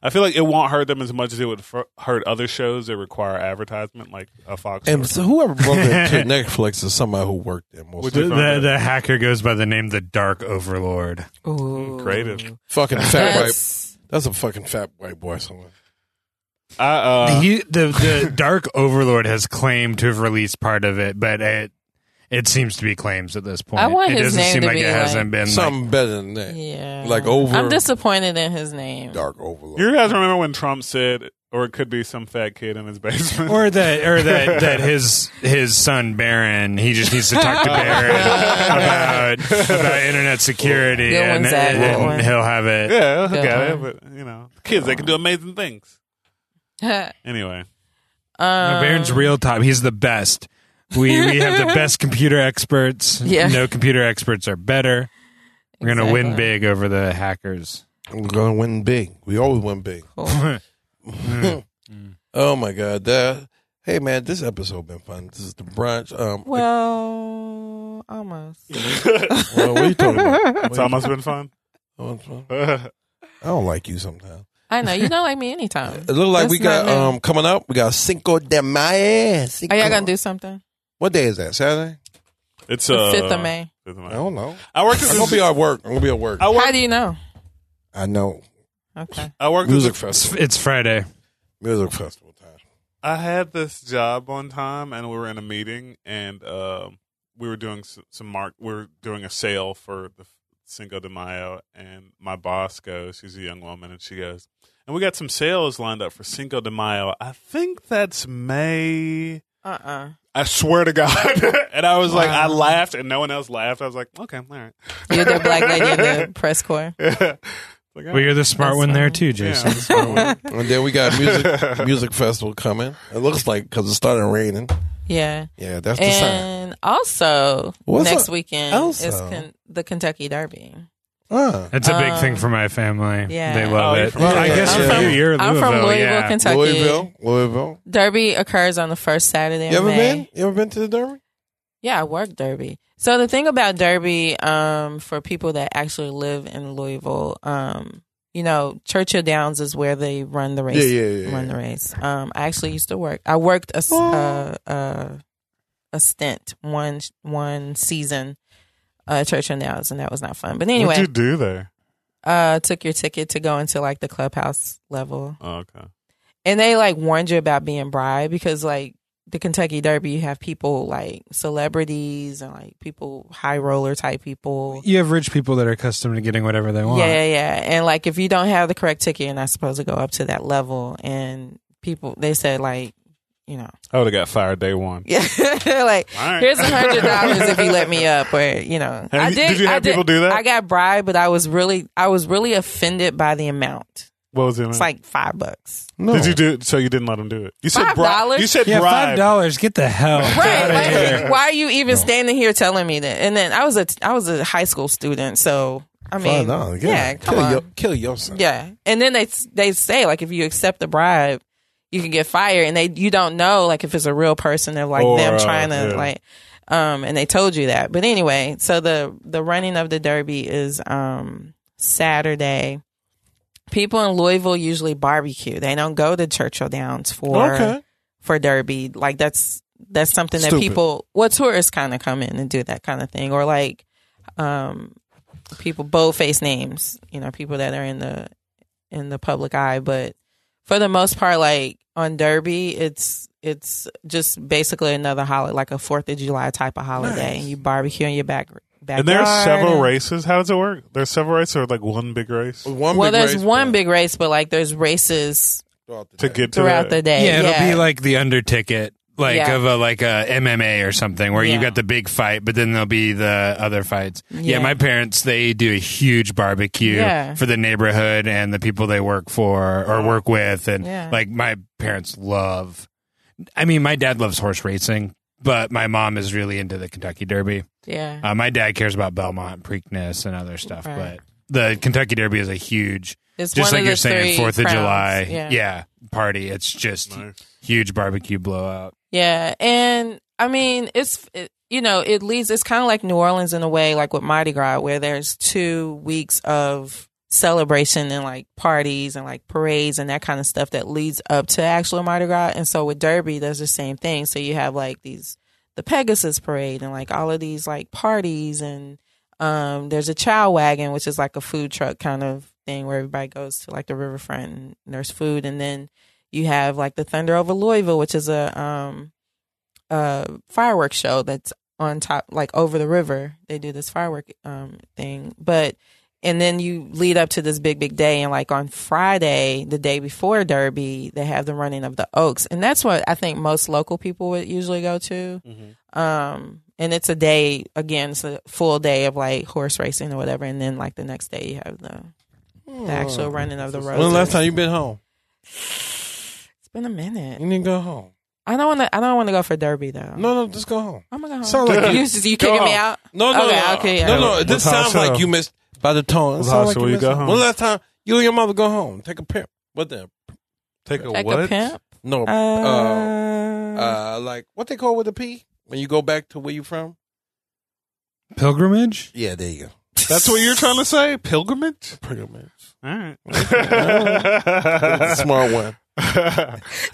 S5: I feel like it won't hurt them as much as it would f- hurt other shows that require advertisement, like a Fox. or
S3: And so whoever brought that to Netflix is somebody who worked there most.
S5: Which
S6: The,
S5: is-
S6: the, the hacker goes by the name the Dark Overlord.
S4: Ooh.
S6: Mm,
S5: creative.
S3: fucking fat white.
S4: That's,
S3: That's a fucking fat white boy somewhere.
S5: I, uh,
S6: he, the the Dark Overlord has claimed to have released part of it, but it it seems to be claims at this point.
S4: I want
S6: it
S4: his
S6: doesn't
S4: name
S6: seem
S4: to
S6: like
S4: be
S6: it
S4: like-
S6: hasn't been. like-
S3: Something better than that.
S4: yeah.
S3: Like over-
S4: I'm disappointed in his name.
S10: Dark Overlord.
S5: you guys remember when Trump said, or it could be some fat kid in his basement,
S6: or that, or that, that his his son Baron, he just needs to talk to Baron about about internet security,
S4: Good
S6: and,
S4: one, Zach, good
S6: and
S4: one.
S6: he'll have it.
S5: yeah, I
S4: Good
S5: got it.
S4: one.
S5: But you know, kids they can do amazing things. Anyway,
S6: No,
S4: um,
S6: Baron's real top. He's the best. We we have the best computer experts.
S4: Yeah.
S6: No computer experts are better. We're gonna win
S4: Exactly.
S6: big over the hackers.
S3: We're gonna win big. We always win big. Oh my god. That, hey man, this episode been fun. This is the brunch. Um,
S4: Well, almost.
S3: well, what are you talking about?
S5: it's almost been fun.
S3: Oh, it's fun.
S5: That's
S3: I don't like you sometimes.
S4: I know you don't like me anytime.
S3: It look like
S4: That's
S3: we got
S4: not new.
S3: um coming up. We got Cinco de Mayo. Cinco.
S4: Are y'all gonna do something?
S3: What day is that? Saturday?
S5: It's
S4: The
S5: uh,
S4: fifth of May.
S5: fifth of
S3: I
S5: May.
S3: don't know.
S5: I worked at
S3: I'm gonna
S5: this.
S3: be at work. I'm gonna be at work.
S5: I
S4: How
S5: worked.
S4: do you know?
S3: I know.
S4: Okay.
S5: I worked. At
S3: Music
S5: this,
S6: It's,
S3: festival.
S6: it's Friday.
S3: Music festival time.
S5: I had this job one time, and we were in a meeting, and um, we were doing s- some mark. We were doing a sale for the Cinco de Mayo, and my boss goes, she's a young woman, and she goes, and we got some sales lined up for Cinco de Mayo. I think that's May.
S4: Uh uh
S5: I swear to God. and I was like, I laughed, and no one else laughed. I was like, okay, all right.
S4: You're the black lady in the press corps.
S5: Like,
S6: Well, you're the smart
S4: That's
S6: one there
S4: fine.
S6: too,
S5: yeah,
S6: Jason.
S5: that's what I wanted.
S3: And then we got music music festival coming. It looks like because it started raining.
S4: Yeah.
S3: Yeah, that's the sign.
S4: And also
S3: What's
S4: next
S3: up?
S4: weekend
S3: Also?
S4: is con- the Kentucky Derby.
S3: Uh,
S6: It's a big
S4: Um,
S6: thing for my family.
S4: yeah.
S6: They
S5: Oh,
S6: love
S5: you're
S6: it.
S5: from-
S6: Well, I
S3: Yeah.
S6: guess
S3: I'm
S6: for
S3: from-
S6: you, you're
S4: I'm
S6: Louisville.
S4: from Louisville,
S6: yeah.
S4: Kentucky.
S3: Louisville, Louisville.
S4: Derby occurs on the first Saturday.
S3: You
S4: of
S3: ever
S4: May.
S3: been? You ever been to the Derby?
S4: Yeah, I work Derby. So the thing about Derby, um, for people that actually live in Louisville, um, you know, Churchill Downs is where they run the race.
S3: Yeah, yeah, yeah,
S4: Run
S3: yeah.
S4: the race. Um, I actually used to work. I worked a s- uh, uh, a stint one one season, uh, at Churchill Downs, and that was not fun. But
S5: What'd
S4: anyway,
S5: you do there?
S4: uh, took your ticket to go into like the clubhouse level,
S5: Oh, okay.
S4: and they like warned you about being bribed because like the Kentucky Derby, you have people like celebrities and like people high roller type people.
S6: You have rich people that are accustomed to getting whatever they
S4: Yeah,
S6: want.
S4: yeah, yeah. And like if you don't have the correct ticket, you're not supposed to go up to that level. And people, they said like, you know,
S5: "Oh." I would have got fired day one.
S4: yeah, like
S5: All right.
S4: here's a hundred dollars if you let me up, or you know,
S5: Have
S4: I
S5: you- did you have
S4: I
S5: people do that?
S4: I got bribed, but I was really, I was really offended by the amount.
S5: What was it?
S4: It's like five bucks.
S3: No.
S5: Did you do it? So you didn't let him do it? You said
S4: Five
S5: bri-
S4: dollars?
S5: You said
S6: Yeah,
S5: bribe.
S6: five dollars. Get the hell
S4: Right.
S6: out of
S4: like,
S6: here.
S4: why are you even standing here telling me that? And then I was a I was a high school student, so I mean,
S3: no,
S4: yeah, come
S3: kill
S4: on,
S3: Your, kill yourself.
S4: yeah. And then they they say like if you accept the bribe, you can get fired, and they you don't know like if it's a real person or like
S5: Or,
S4: them
S5: uh,
S4: trying to
S5: yeah.
S4: like. Um, and they told you that. But anyway, so the the running of the derby is um Saturday. People in Louisville usually barbecue. They don't go to Churchill Downs for
S3: Okay.
S4: for Derby. Like that's that's something that
S3: Stupid.
S4: people well tourists kind of come in and do that kind of thing, or like um people boldface names, you know, people that are in the in the public eye. But for the most part, like on Derby, it's it's just basically another holiday, like a Fourth of July type of holiday, and you barbecue in your back backyard.
S5: And there are
S4: and-
S5: several races. How does it work? There's several races or like one big race
S3: One
S4: Well,
S3: big
S4: there's
S3: race
S4: one
S3: for-
S4: big race, but like there's races
S3: throughout the
S5: to
S3: day.
S5: get to
S4: throughout the
S5: that?
S4: day.
S6: Yeah, it'll be like the under ticket, like
S4: Yeah.
S6: of a like a MMA or something, where
S4: Yeah.
S6: you got the big fight, but then there'll be the other fights. Yeah,
S4: Yeah.
S6: my parents they do a huge barbecue
S4: Yeah.
S6: for the neighborhood and the people they work for or work with, and
S4: Yeah.
S6: like my parents love. I mean, my dad loves horse racing, but my mom is really into the Kentucky Derby.
S4: yeah,
S6: Uh, my dad cares about Belmont, Preakness, and other stuff,
S4: Right.
S6: but the Kentucky Derby is a huge
S4: it's
S6: just
S4: one
S6: like
S4: of
S6: you're
S4: the
S6: saying
S4: three
S6: fourth of
S4: crowns.
S6: july yeah.
S4: yeah.
S6: party it's just
S5: Nice.
S6: huge barbecue blowout
S4: Yeah, and I mean, it's it, you know, it leads. It's kind of like New Orleans in a way, like with Mardi Gras, where there's two weeks of celebration and like parties and like parades and that kind of stuff that leads up to actual Mardi Gras. And so with Derby, there's the same thing. So you have like these the Pegasus parade and like all of these like parties and um there's a chow wagon which is like a food truck kind of thing where everybody goes to like the riverfront and there's food and then you have like the Thunder over Louisville, which is a um a fireworks show that's on top like over the river. They do this firework um thing. But and then you lead up to this big big day and like on Friday, the day before Derby, they have the running of the Oaks. And that's what I think most local people would usually go to.
S3: Mm-hmm.
S4: Um and it's a day again, it's a full day of like horse racing or whatever, and then like the next day you have the the actual
S3: Oh,
S4: running of the road.
S3: When the last time you been home?
S4: It's been a minute.
S3: You need to go home.
S4: I don't want to. I don't want to go for Derby though. Oh
S3: No, no, just go home.
S4: I'm gonna go.
S3: Sound
S4: home.
S3: like
S4: you,
S3: you-
S4: just- you kicking me out.
S3: No, no,
S4: okay,
S3: no,
S4: okay, yeah.
S3: no, no. This
S6: Well, how
S3: sounds
S6: so?
S3: like you missed by the tone. It
S5: Well,
S3: sounds
S5: how
S3: like
S5: so you
S3: missed
S5: go
S3: something.
S5: home?
S3: When the last time you and your mother go home, take a pimp. What the?
S5: Take a
S4: Like
S5: what?
S4: a pimp.
S3: No,
S4: Uh,
S3: uh, uh, like what they call with a P when you go back to where you from.
S6: Pilgrimage?
S3: Yeah, there you go.
S5: That's what you're trying to say? Pilgrimage?
S3: Pretty much.
S5: All right.
S3: Smart one.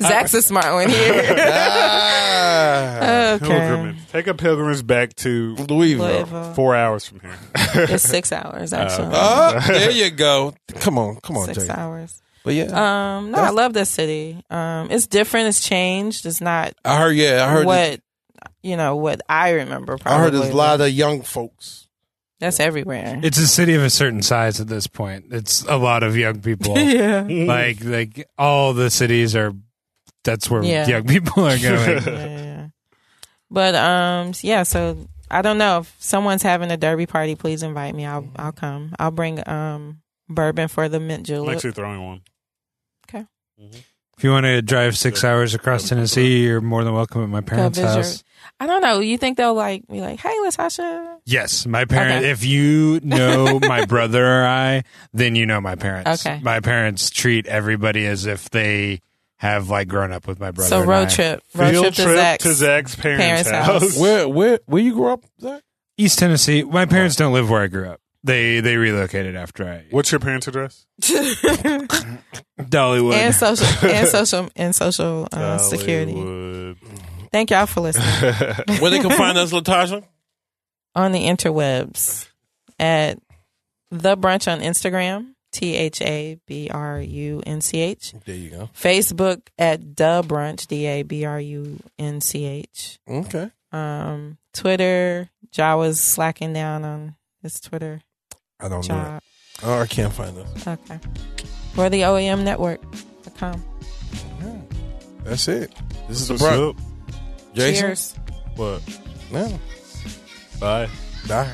S4: Zach's a smart one here.
S3: ah,
S4: okay.
S5: Pilgrimage. Take a pilgrimage back to
S3: Louisville.
S4: Louisville.
S5: four hours from here.
S4: It's six hours actually.
S3: Ah, there you go. Come on, come on,
S4: six
S3: Jay.
S4: hours.
S3: But yeah,
S4: Um, no, I love this city. Um, it's different. It's changed. It's not
S3: I heard. Yeah, I heard.
S4: what
S3: This,
S4: you know what I remember. Probably.
S3: I heard there's a lot of young folks.
S4: That's everywhere.
S6: It's a city of a certain size at this point. It's a lot of young people.
S4: yeah.
S6: like like all the cities are that's where
S4: Yeah.
S6: young people are going.
S4: yeah, yeah, yeah. But um, yeah. So I don't know if someone's having a derby party. Please invite me. I'll I'll come. I'll bring um bourbon for the mint
S5: I'm
S4: julep.
S5: actually throwing one.
S6: if you want to drive six hours across Tennessee, you're more than welcome at my parents'
S4: visit.
S6: house.
S4: I don't know. You think they'll like be like, hey, Latasha?
S6: Yes, my parents.
S4: Okay.
S6: If you know my brother or I, then you know my parents.
S4: Okay.
S6: my parents treat everybody as if they have like grown up with my brother.
S4: So
S6: and
S4: road
S6: I.
S4: trip, road
S5: Field
S4: trip to Zach's.
S5: parents',
S4: parents'
S5: house.
S4: house.
S3: Where, where, where you grew up? Zach?
S6: East Tennessee. My parents don't live where I grew up. They they relocated after I
S5: What's your parents' address?
S6: Dollywood.
S4: and social and social and social uh, security.
S5: Hollywood.
S4: Thank y'all for listening
S3: Where they can find us, Latasha?
S4: on the interwebs at the brunch on Instagram. T H A B R U N C H.
S3: There you go.
S4: Facebook at Da Brunch, D A B R U N C H.
S3: Okay.
S4: Um, Twitter, Jawa's slacking down on his Twitter
S3: I don't know.
S4: job.
S3: Oh, I can't find us.
S4: Okay. We're the OEM network.com.
S3: That's it. This is the
S5: What's
S3: brunch.
S5: up?
S3: Jason?
S4: Cheers.
S5: What?
S3: No.
S5: Bye.
S3: Bye.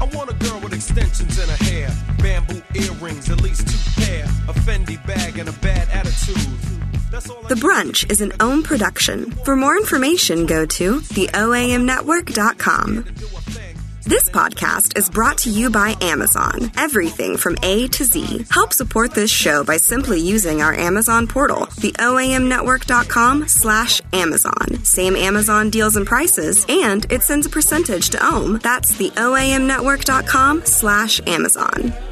S7: I want a girl with extensions in her hair, bamboo earrings, at least two pair, a Fendi bag, and a bad attitude. That's all I
S2: The Brunch is an own production. For more information, go to theoamnetwork.com. This podcast is brought to you by Amazon. Everything from A to Z. Help support this show by simply using our Amazon portal, theoamnetwork.com slash Amazon. Same Amazon deals and prices, and it sends a percentage to OAM. That's theoamnetwork.com slash Amazon.